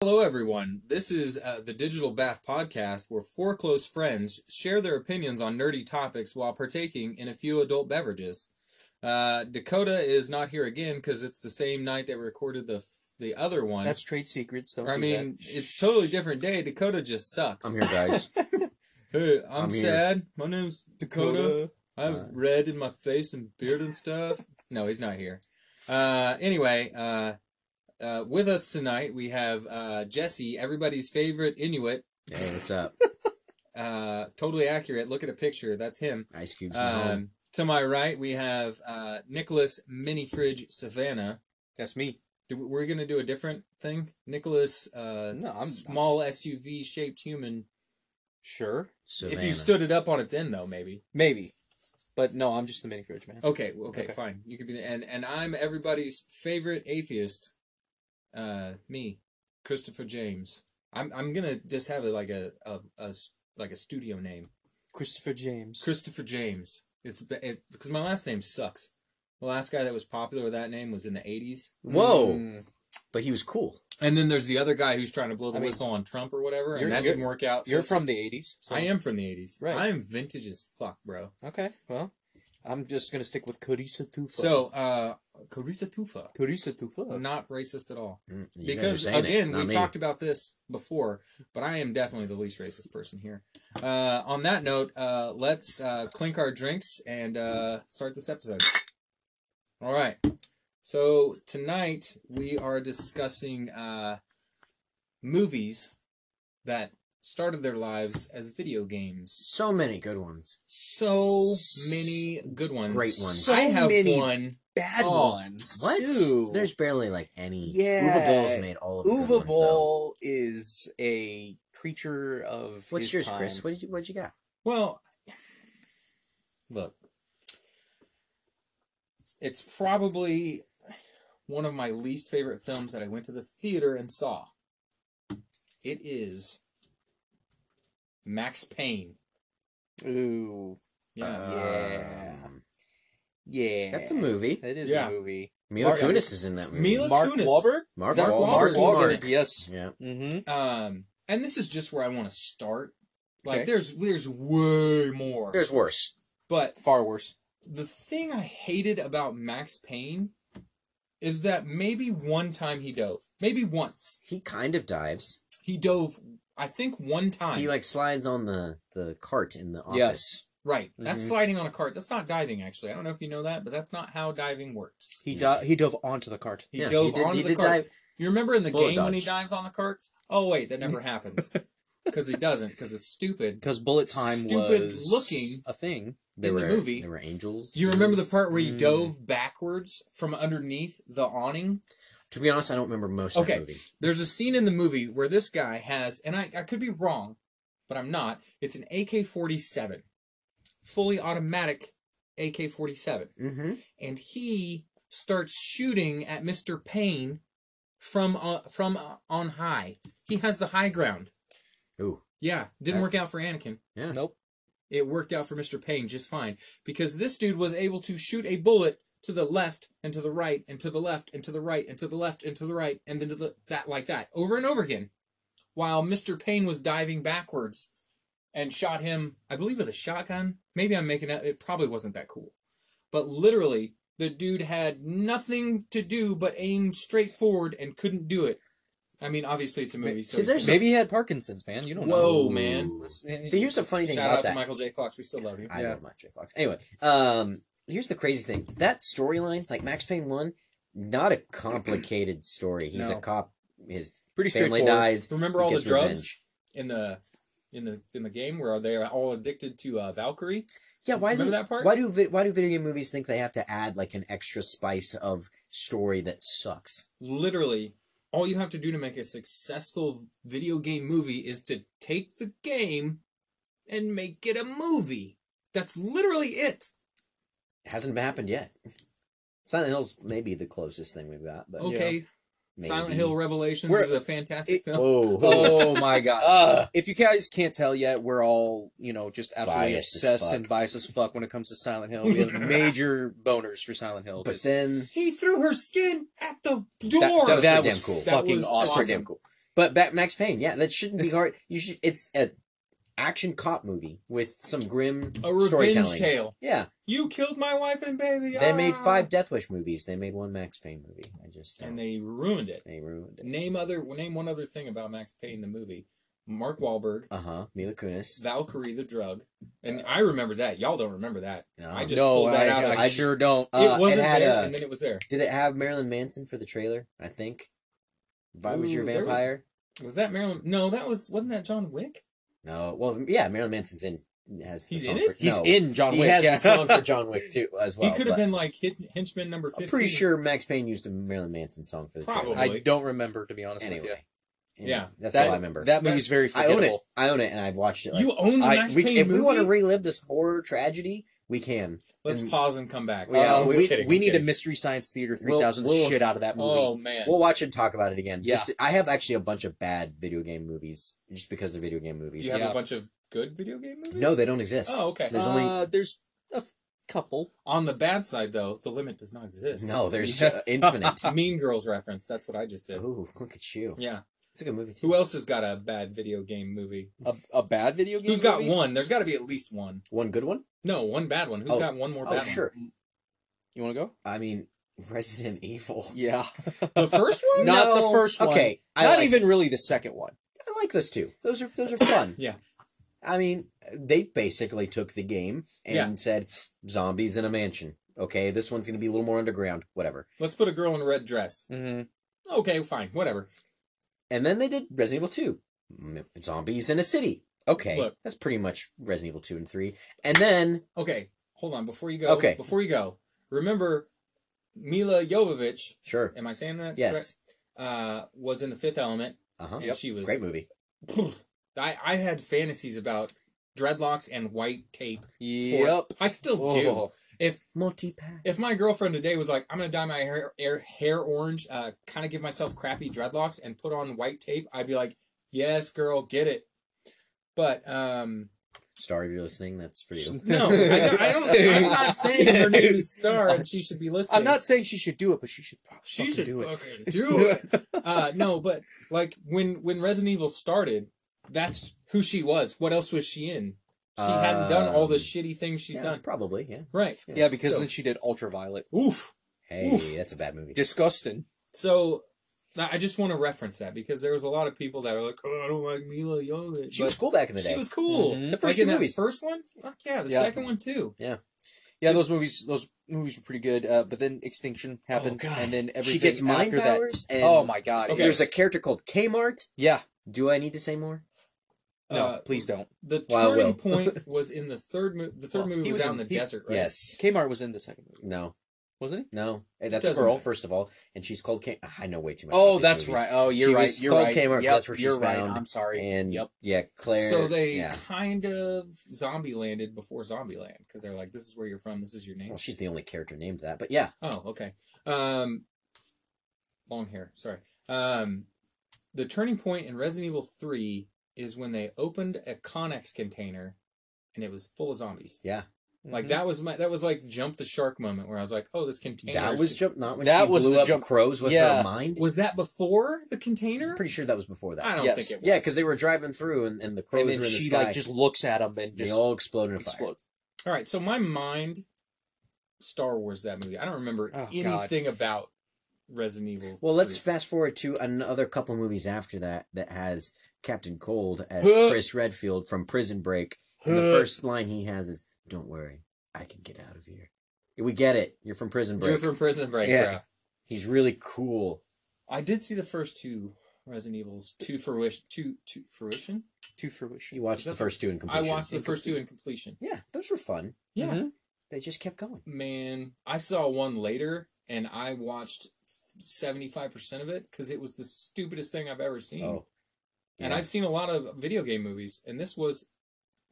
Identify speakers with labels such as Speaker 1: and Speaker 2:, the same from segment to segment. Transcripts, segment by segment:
Speaker 1: Hello, everyone. This is uh, the Digital Bath Podcast, where four close friends share their opinions on nerdy topics while partaking in a few adult beverages. Uh, Dakota is not here again because it's the same night that we recorded the the other one.
Speaker 2: That's trade secrets. Don't
Speaker 1: Or, I
Speaker 2: do
Speaker 1: mean,
Speaker 2: that.
Speaker 1: it's totally different day. Dakota just sucks.
Speaker 3: I'm here, guys.
Speaker 1: Hey, I'm,
Speaker 3: I'm here.
Speaker 1: sad. My name's Dakota. I have
Speaker 3: Alright.
Speaker 1: red in my face and beard and stuff. no, he's not here. Uh, anyway, uh, uh, with us tonight we have uh, Jesse, everybody's favorite Inuit.
Speaker 3: hey, what's up?
Speaker 1: Uh, totally accurate. Look at a picture. That's him.
Speaker 3: Ice cubes. in the home.
Speaker 1: Um, to my right we have uh, Nicholas Mini Fridge Savannah.
Speaker 2: That's me.
Speaker 1: Do- We're gonna do a different thing. Nicholas, uh,
Speaker 2: No, I'm-
Speaker 1: small SUV shaped human.
Speaker 2: Sure.
Speaker 3: Savannah.
Speaker 1: If you stood it up on its end, though, maybe.
Speaker 2: Maybe. But no, I'm just the mini fridge man.
Speaker 1: Okay, well, okay,
Speaker 2: Okay.
Speaker 1: fine. You could be the and and I'm everybody's favorite atheist. Uh, me, Christopher James. I'm I'm gonna just have it like a a, a s- like a studio name,
Speaker 2: Christopher James.
Speaker 1: Christopher James. It's because it, 'cause my last name sucks. The last guy that was popular with that name was in the '80s,
Speaker 3: Whoa!
Speaker 1: Hmm.
Speaker 2: Mm.
Speaker 3: But he was cool.
Speaker 1: and then there's the other guy who's trying to blow the
Speaker 2: I mean,
Speaker 1: whistle on Trump or whatever,
Speaker 2: you're-
Speaker 1: and that
Speaker 2: you're-
Speaker 1: didn't work out. so
Speaker 2: You're
Speaker 1: it's-
Speaker 2: from the 80s. so-
Speaker 1: I am from the '80s.
Speaker 2: Right.
Speaker 1: I am vintage as fuck, bro.
Speaker 2: Okay, well, I'm just going to stick with Kurisa Tufa.
Speaker 1: So, uh, Carissa Tufa,
Speaker 2: Kurisa Tufa.
Speaker 1: not racist at all.
Speaker 3: Mm, you guys are
Speaker 1: because
Speaker 3: saying it,
Speaker 1: again,
Speaker 3: not
Speaker 1: we
Speaker 3: me.
Speaker 1: talked about this before, but I am definitely the least racist person here. Uh, on that note, uh, let's uh, clink our drinks and uh, start this episode. All right. So tonight we are discussing uh, movies that started their lives as video games.
Speaker 3: so many good ones.
Speaker 1: So many good ones.
Speaker 3: Great ones.
Speaker 2: So
Speaker 1: I have
Speaker 2: many
Speaker 1: one.
Speaker 2: Bad
Speaker 1: Oh,
Speaker 2: ones.
Speaker 3: What?
Speaker 2: Too.
Speaker 3: There's barely like any.
Speaker 2: Yeah.
Speaker 3: Uva Ball's made all of the good
Speaker 2: Uva
Speaker 3: ones, though.
Speaker 2: Ball is a creature of.
Speaker 3: What's
Speaker 2: his
Speaker 3: yours,
Speaker 2: time.
Speaker 3: Chris? What did you? What would you got?
Speaker 1: Well, look, it's probably one of my least favorite films that I went to the theater and saw. It is Max Payne.
Speaker 2: Ooh.
Speaker 1: Yeah.
Speaker 2: Yeah.
Speaker 3: Um,
Speaker 2: Yeah.
Speaker 3: that's a movie.
Speaker 2: That is
Speaker 1: Yeah.
Speaker 2: a movie.
Speaker 3: Mila
Speaker 1: Mark-
Speaker 3: Kunis is in that movie.
Speaker 1: Mila
Speaker 2: Mark
Speaker 1: Kunis.
Speaker 2: Wahlberg?
Speaker 1: Mark
Speaker 3: Mark, Wahlberg.
Speaker 1: Wahlberg.
Speaker 3: Mark Wahlberg.
Speaker 2: Yes.
Speaker 3: Yeah.
Speaker 2: Mm-hmm.
Speaker 1: Um, and this is just where I want to start. Like,
Speaker 2: Okay.
Speaker 1: there's there's way more.
Speaker 3: There's worse.
Speaker 1: but
Speaker 2: Far worse.
Speaker 1: the thing I hated about Max Payne is that maybe one time he dove, maybe once.
Speaker 3: He kind of dives.
Speaker 1: He dove, I think, one time.
Speaker 3: He like slides on the the cart in the office.
Speaker 2: Yes.
Speaker 1: right. That's
Speaker 2: Mhm.
Speaker 1: sliding on a cart. That's not diving, actually. I don't know if you know that, but that's not how diving works.
Speaker 2: He, do- he dove onto the cart.
Speaker 1: He
Speaker 3: Yeah,
Speaker 1: dove
Speaker 3: he did,
Speaker 1: onto
Speaker 3: he
Speaker 1: the
Speaker 3: did
Speaker 1: cart.
Speaker 3: dive.
Speaker 1: You remember in the
Speaker 3: Bullet
Speaker 1: game when he
Speaker 3: dodge.
Speaker 1: dives on the carts? Oh wait, that never happens because he doesn't because it's stupid.
Speaker 2: Because bullet time
Speaker 1: Stupid
Speaker 2: was
Speaker 1: looking.
Speaker 2: a thing.
Speaker 3: There
Speaker 1: In the
Speaker 3: were,
Speaker 1: movie.
Speaker 3: there were angels.
Speaker 1: Do you remember the
Speaker 3: dudes.
Speaker 1: part where he
Speaker 2: Mm.
Speaker 1: dove backwards from underneath the awning?
Speaker 3: To be honest, I don't remember most of
Speaker 1: Okay.
Speaker 3: the movie.
Speaker 1: There's a scene in the movie where this guy has, and I, I could be wrong, but I'm not. It's an AK 47, fully automatic AK 47.
Speaker 3: Mm-hmm.
Speaker 1: and he starts shooting at Mr. Payne from uh, from uh, on high. He has the high ground.
Speaker 3: Ooh.
Speaker 1: Yeah, didn't
Speaker 3: That-
Speaker 1: work out for Anakin.
Speaker 3: Yeah.
Speaker 2: Nope.
Speaker 1: It worked out for Mr. Payne just fine because this dude was able to shoot a bullet to the left and to the right and to the left and to the right and to the left and to the right and then to the, that like that over and over again, while Mr. Payne was diving backwards and shot him. I believe with a shotgun. Maybe I'm making it. It probably wasn't that cool, but literally the dude had nothing to do but aim straight forward and couldn't do it. I mean, obviously it's a movie. So
Speaker 3: See,
Speaker 1: he's
Speaker 3: there's
Speaker 1: gonna-
Speaker 2: Maybe he had Parkinson's, man. You don't
Speaker 1: Whoa,
Speaker 2: know.
Speaker 3: Ooh.
Speaker 1: man.
Speaker 3: See, here's the funny thing
Speaker 1: Shout
Speaker 3: about
Speaker 1: out
Speaker 3: that.
Speaker 1: to Michael J. Fox. We still love you.
Speaker 3: I
Speaker 2: Yeah.
Speaker 3: love Max J. Fox. Anyway, um, here's the crazy thing. That storyline, like Max Payne one, not a complicated story. He's
Speaker 2: No.
Speaker 3: a cop. His
Speaker 2: Pretty
Speaker 3: family
Speaker 2: straightforward.
Speaker 3: dies.
Speaker 1: Remember
Speaker 3: he
Speaker 1: all the
Speaker 3: gets
Speaker 1: drugs
Speaker 3: revenge.
Speaker 1: in the in the in the game where they are all addicted to uh, Valkyrie?
Speaker 3: Yeah, why do
Speaker 1: Remember that part?
Speaker 3: why do vi- why do video game movies think they have to add like an extra spice of story that sucks?
Speaker 1: Literally, all you have to do to make a successful video game movie is to take the game and make it a movie. That's literally it.
Speaker 3: It hasn't happened yet. Silent Hill's maybe the closest thing we've got, but
Speaker 2: Oh,
Speaker 1: Okay,
Speaker 3: maybe.
Speaker 1: Silent Hill Revelations
Speaker 2: We're-
Speaker 1: is a fantastic
Speaker 2: it-
Speaker 1: film.
Speaker 3: Whoa, whoa.
Speaker 2: oh my god.
Speaker 3: Ugh.
Speaker 2: if you guys can't tell yet, we're all, you know, just absolutely
Speaker 3: Biased as
Speaker 2: obsessed
Speaker 3: fuck.
Speaker 2: and biased as fuck when it comes to Silent Hill. We have major boners for Silent Hill.
Speaker 3: but
Speaker 2: Just-
Speaker 3: then
Speaker 1: He threw her skin at the
Speaker 2: that,
Speaker 1: door.
Speaker 2: that,
Speaker 3: was
Speaker 2: that
Speaker 3: pretty
Speaker 2: was
Speaker 3: damn cool.
Speaker 1: That
Speaker 2: fucking
Speaker 1: was
Speaker 2: awesome.
Speaker 1: awesome.
Speaker 3: cool. But Bat- Max Payne, yeah, that shouldn't be hard. You should. It's an action cop movie with some grim
Speaker 1: A revenge
Speaker 3: storytelling.
Speaker 1: tale.
Speaker 3: Yeah,
Speaker 1: You killed my wife and baby.
Speaker 3: they made
Speaker 1: ah.
Speaker 3: five Death Wish movies. They made one Max Payne movie. I just
Speaker 1: and they ruined it.
Speaker 3: they ruined it.
Speaker 1: Name other name one other thing about Max Payne the movie. Mark Wahlberg,
Speaker 3: Uh huh. Mila Kunis.
Speaker 1: Valkyrie the drug, and I remember that. Y'all don't remember that.
Speaker 3: No.
Speaker 1: I just
Speaker 2: No,
Speaker 1: pulled that
Speaker 2: I,
Speaker 1: out.
Speaker 2: I,
Speaker 1: of,
Speaker 3: I
Speaker 2: sure don't.
Speaker 3: Um, uh,
Speaker 1: it
Speaker 3: it
Speaker 1: wasn't
Speaker 3: had
Speaker 1: there,
Speaker 3: a-
Speaker 1: and then it was there.
Speaker 3: Did it have Marilyn Manson for the trailer? I think. If I was
Speaker 1: Ooh,
Speaker 3: your
Speaker 1: there was-
Speaker 3: vampire.
Speaker 1: Was that Marilyn? No, that was wasn't that John Wick?
Speaker 3: No. Well, yeah, Marilyn Manson's in. Has the
Speaker 1: He's
Speaker 3: song
Speaker 1: in it?
Speaker 3: For,
Speaker 2: He's
Speaker 3: no.
Speaker 2: in John
Speaker 3: He
Speaker 2: Wick.
Speaker 3: has
Speaker 2: yeah.
Speaker 3: the song for John Wick too, as well.
Speaker 1: he could have
Speaker 3: but
Speaker 1: been like hit, henchman number fifteen.
Speaker 3: I'm pretty sure Max Payne used a Marilyn Manson song for the
Speaker 1: Probably.
Speaker 3: trailer.
Speaker 2: I don't remember to be honest with you.
Speaker 3: Anyway,
Speaker 1: Yeah.
Speaker 3: that's
Speaker 2: that,
Speaker 3: all I remember.
Speaker 2: That movie's very
Speaker 3: I own
Speaker 2: forgettable.
Speaker 3: it. I own it, and I've watched it. Like,
Speaker 1: you own the
Speaker 2: I-
Speaker 1: Max
Speaker 2: we-
Speaker 1: Payne
Speaker 3: if
Speaker 1: movie.
Speaker 3: we want to relive this horror tragedy, we can.
Speaker 1: Let's
Speaker 3: and-
Speaker 1: pause and come back.
Speaker 3: Yeah,
Speaker 1: Oh,
Speaker 2: Uh,
Speaker 1: I'm
Speaker 2: we
Speaker 1: just kidding,
Speaker 2: we
Speaker 1: I'm
Speaker 2: need a
Speaker 1: kidding.
Speaker 2: Mystery Science Theater
Speaker 3: We'll-
Speaker 2: 3000
Speaker 3: we'll-
Speaker 2: shit out of that movie.
Speaker 1: Oh man,
Speaker 3: We'll watch it and talk about it again.
Speaker 2: Yeah.
Speaker 3: Just, I have actually a bunch of bad video game movies just because they're video game
Speaker 1: do
Speaker 3: movies.
Speaker 1: you have
Speaker 2: yeah.
Speaker 1: a bunch of good video game movies?
Speaker 3: No, they don't exist.
Speaker 1: Oh, okay.
Speaker 3: There's only-
Speaker 2: Uh, there's a f- couple.
Speaker 1: On the bad side, though, the limit does not exist.
Speaker 3: No, there's uh, infinite.
Speaker 1: mean Girls reference. That's what I just did.
Speaker 3: Ooh, look at you.
Speaker 1: Yeah.
Speaker 3: It's a good movie too.
Speaker 1: Who else has got a bad video game movie?
Speaker 2: A, a bad video game.
Speaker 1: Who's got
Speaker 2: movie?
Speaker 1: one? There's got to be at least one.
Speaker 3: One good one.
Speaker 1: No, one bad one. Who's
Speaker 3: Oh.
Speaker 1: got one more bad
Speaker 3: Oh,
Speaker 1: one?
Speaker 3: sure.
Speaker 2: You want to go?
Speaker 3: I mean, Resident Evil.
Speaker 2: Yeah.
Speaker 1: The first one?
Speaker 2: Not
Speaker 3: No.
Speaker 2: the first one.
Speaker 3: Okay, I
Speaker 2: Not
Speaker 3: like-
Speaker 2: even really the second one.
Speaker 3: I like those two. Those are those are fun.
Speaker 1: Yeah.
Speaker 3: I mean, they basically took the game and
Speaker 1: Yeah.
Speaker 3: said zombies in a mansion. Okay, this one's gonna be a little more underground. Whatever.
Speaker 1: Let's put a girl in a red dress.
Speaker 2: Mm-hmm.
Speaker 1: Okay, fine, whatever.
Speaker 3: And then they did Resident Evil Two, M- zombies in a city. Okay,
Speaker 1: Look.
Speaker 3: that's pretty much Resident Evil Two and Three. And then
Speaker 1: Okay, hold on. Before you go,
Speaker 3: Okay.
Speaker 1: before you go, remember Mila Jovovich.
Speaker 3: sure,
Speaker 1: Am I saying that?
Speaker 3: yes,
Speaker 1: correct? Uh, was in the Fifth Element.
Speaker 3: uh huh,
Speaker 1: And She was.
Speaker 3: great movie.
Speaker 1: I I had fantasies about dreadlocks and white tape. for-
Speaker 2: Yep.
Speaker 1: I still do.
Speaker 2: Oh.
Speaker 1: If
Speaker 3: Multi pass.
Speaker 1: If my girlfriend today was like, I'm gonna dye my hair hair, hair orange, uh, kind of give myself crappy dreadlocks and put on white tape, I'd be like, yes, girl, get it. But um,
Speaker 3: Star, if you're listening, that's for you.
Speaker 1: no, I don't, I don't. I'm not saying her name is Star and she should be listening.
Speaker 2: I'm not saying she should do it, but she should. fucking
Speaker 1: She should
Speaker 2: do it.
Speaker 1: fucking do it. uh, no, but like when when Resident Evil started, that's who she was. What else was she in? She hadn't done all the
Speaker 3: Um,
Speaker 1: shitty things she's
Speaker 3: Yeah,
Speaker 1: done.
Speaker 3: probably. Yeah.
Speaker 1: Right.
Speaker 2: Yeah, because
Speaker 1: So-
Speaker 2: then she did Ultraviolet.
Speaker 1: Oof.
Speaker 3: Hey,
Speaker 1: Oof.
Speaker 3: that's a bad movie.
Speaker 2: Disgusting.
Speaker 1: So I I just want to reference that because there was a lot of people that are like, "Oh, I don't like Mila Jovovich."
Speaker 3: she was cool back in the
Speaker 1: But
Speaker 3: day. Mm-hmm.
Speaker 1: she was cool.
Speaker 2: Mhm.
Speaker 3: The
Speaker 1: Like
Speaker 3: first
Speaker 1: in
Speaker 3: two
Speaker 1: that
Speaker 3: movies.
Speaker 1: first one, fuck yeah. The
Speaker 2: Yeah.
Speaker 1: second one too.
Speaker 2: Yeah, those movies, those movies were pretty good. Uh, but then Extinction happened,
Speaker 3: God.
Speaker 2: and then everything
Speaker 3: she gets mind
Speaker 2: after that.
Speaker 3: powers. And
Speaker 2: oh my god!
Speaker 1: Okay.
Speaker 3: There's
Speaker 2: yes.
Speaker 3: a character called Kmart.
Speaker 2: yeah.
Speaker 3: Do I need to say more?
Speaker 2: No,
Speaker 1: Uh,
Speaker 2: please don't.
Speaker 1: The
Speaker 3: Well, I
Speaker 1: turning
Speaker 3: will.
Speaker 1: point was in the third movie. The third
Speaker 2: Well,
Speaker 1: movie
Speaker 2: he
Speaker 1: was,
Speaker 2: was
Speaker 1: out
Speaker 2: in-
Speaker 1: in the
Speaker 2: he-
Speaker 1: desert, right?
Speaker 3: Yes.
Speaker 2: Kmart was in the second movie,
Speaker 3: No.
Speaker 2: wasn't he?
Speaker 3: No. Hey, that's
Speaker 1: Doesn't
Speaker 3: Pearl,
Speaker 1: matter.
Speaker 3: first of all, and she's called K. I know way too much. about
Speaker 2: Oh,
Speaker 3: these
Speaker 2: that's
Speaker 3: movies.
Speaker 2: right. Oh, you're
Speaker 3: She
Speaker 2: right.
Speaker 3: was
Speaker 2: you're
Speaker 3: called
Speaker 2: right.
Speaker 3: Kmart,
Speaker 2: Yep,
Speaker 3: that's where she's
Speaker 2: you're right.
Speaker 3: found.
Speaker 2: I'm sorry.
Speaker 3: And
Speaker 2: yep.
Speaker 3: yeah, Claire.
Speaker 1: So they
Speaker 3: Yeah.
Speaker 1: kind of zombie landed before zombie land because they're like, "This is where you're from. This is your name."
Speaker 3: Well, she's the only character named that, but yeah,
Speaker 1: Oh, okay. Um, long hair. Sorry. Um, the turning point in Resident Evil Three is when they opened a Connex container, and it was full of zombies.
Speaker 3: yeah.
Speaker 1: Like
Speaker 3: Mm-hmm.
Speaker 1: that was my that was like jump the shark moment where I was like, oh, this container.
Speaker 3: That
Speaker 1: is-
Speaker 3: was jump. Not when
Speaker 2: That
Speaker 3: she
Speaker 2: was
Speaker 3: blew
Speaker 2: the
Speaker 3: up
Speaker 2: jump-
Speaker 3: crows with
Speaker 2: Yeah.
Speaker 3: her mind.
Speaker 1: was that before the container?
Speaker 3: I'm pretty sure that was before that.
Speaker 1: I don't
Speaker 2: Yes.
Speaker 1: think it was.
Speaker 3: Yeah, because they were driving through and, and the crows
Speaker 2: And
Speaker 3: were
Speaker 2: then
Speaker 3: in the
Speaker 2: she
Speaker 3: sky.
Speaker 2: like just looks at him and
Speaker 3: they
Speaker 2: just
Speaker 3: all exploded in a fire.
Speaker 2: explode.
Speaker 1: all right. So my mind, Star Wars that movie. I don't remember
Speaker 2: Oh, God.
Speaker 1: anything about Resident Evil.
Speaker 3: Well, let's
Speaker 1: 3.
Speaker 3: fast forward to another couple movies after that that has Captain Cold as
Speaker 2: Huh.
Speaker 3: Chris Redfield from Prison Break. And the
Speaker 2: Huh.
Speaker 3: first line he has is, "Don't worry, I can get out of here." We get it. You're from Prison
Speaker 1: You're
Speaker 3: Break.
Speaker 1: from Prison Break,
Speaker 3: Yeah.
Speaker 1: bro.
Speaker 3: He's really cool.
Speaker 1: I did see the first two Resident Evils to fruition. To to fruition.
Speaker 2: to fruition.
Speaker 3: You watched the
Speaker 1: that-
Speaker 3: first two in
Speaker 1: I
Speaker 3: completion.
Speaker 1: watched the first two in completion.
Speaker 3: Yeah, those were fun. Mm-hmm.
Speaker 1: Yeah,
Speaker 2: Mhm.
Speaker 3: They just kept going.
Speaker 1: man. I saw one later, and I watched seventy five percent of it because it was the stupidest thing I've ever seen.
Speaker 3: Oh,
Speaker 1: And
Speaker 3: yeah.
Speaker 1: I've seen a lot of video game movies, and this was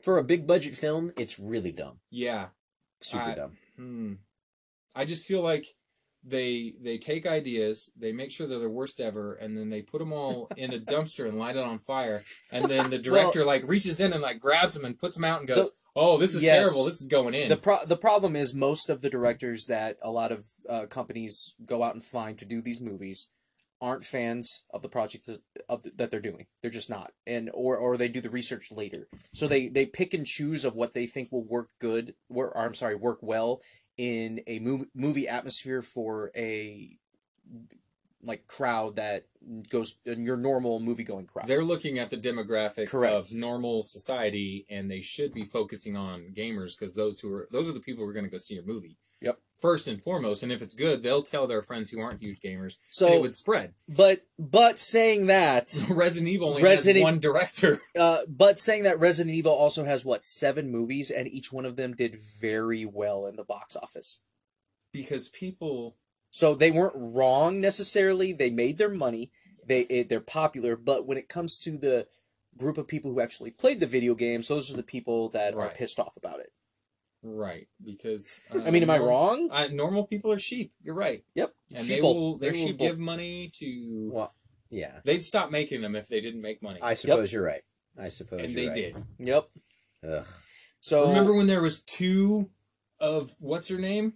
Speaker 3: for a big budget film, it's really dumb.
Speaker 1: yeah.
Speaker 3: Super
Speaker 1: I-
Speaker 3: dumb.
Speaker 1: Hmm. I just feel like they they take ideas, they make sure they're the worst ever, and then they put them all in a dumpster and light it on fire. And then the director like reaches in and like grabs them and puts them out and goes,
Speaker 2: The-
Speaker 1: "Oh, this is
Speaker 2: Yes.
Speaker 1: terrible. This is going in."
Speaker 2: The pro- the problem is most of the directors that a lot of uh, companies go out and find to do these movies aren't fans of the project that, of the, that they're doing. They're just not, and or or they do the research later. So they they pick and choose of what they think will work good. Work, or I'm sorry, work well in a mov- movie atmosphere for a like crowd that goes your normal movie going crowd.
Speaker 1: They're looking at the demographic
Speaker 2: Correct.
Speaker 1: of normal society, and they should be focusing on gamers because those who are those are the people who are going to go see your movie.
Speaker 2: Yep.
Speaker 1: First and foremost, and if it's good, they'll tell their friends who aren't huge gamers,
Speaker 2: so,
Speaker 1: and it would spread.
Speaker 2: but but saying that,
Speaker 1: Resident Evil only
Speaker 2: Resident-
Speaker 1: has one director.
Speaker 2: uh, but saying that Resident Evil also has what seven movies, and each one of them did very well in the box office.
Speaker 1: because people
Speaker 2: So they weren't wrong necessarily. They made their money. They it, they're popular, but when it comes to the group of people who actually played the video games, those are the people that are
Speaker 1: Right.
Speaker 2: pissed off about it.
Speaker 1: right because uh,
Speaker 2: I mean, am I
Speaker 1: normal-
Speaker 2: wrong?
Speaker 1: uh, normal people are sheep you're right
Speaker 2: Yep.
Speaker 1: and
Speaker 2: Sheeple.
Speaker 1: they will they
Speaker 2: They're
Speaker 1: will
Speaker 2: sheeple.
Speaker 1: give money to
Speaker 3: Well, yeah.
Speaker 1: they'd stop making them if they didn't make money
Speaker 3: I suppose you're right. I suppose
Speaker 1: and
Speaker 3: you're
Speaker 1: they
Speaker 3: right.
Speaker 1: did
Speaker 2: Yep.
Speaker 3: Ugh.
Speaker 2: So
Speaker 1: remember when there was two of what's her name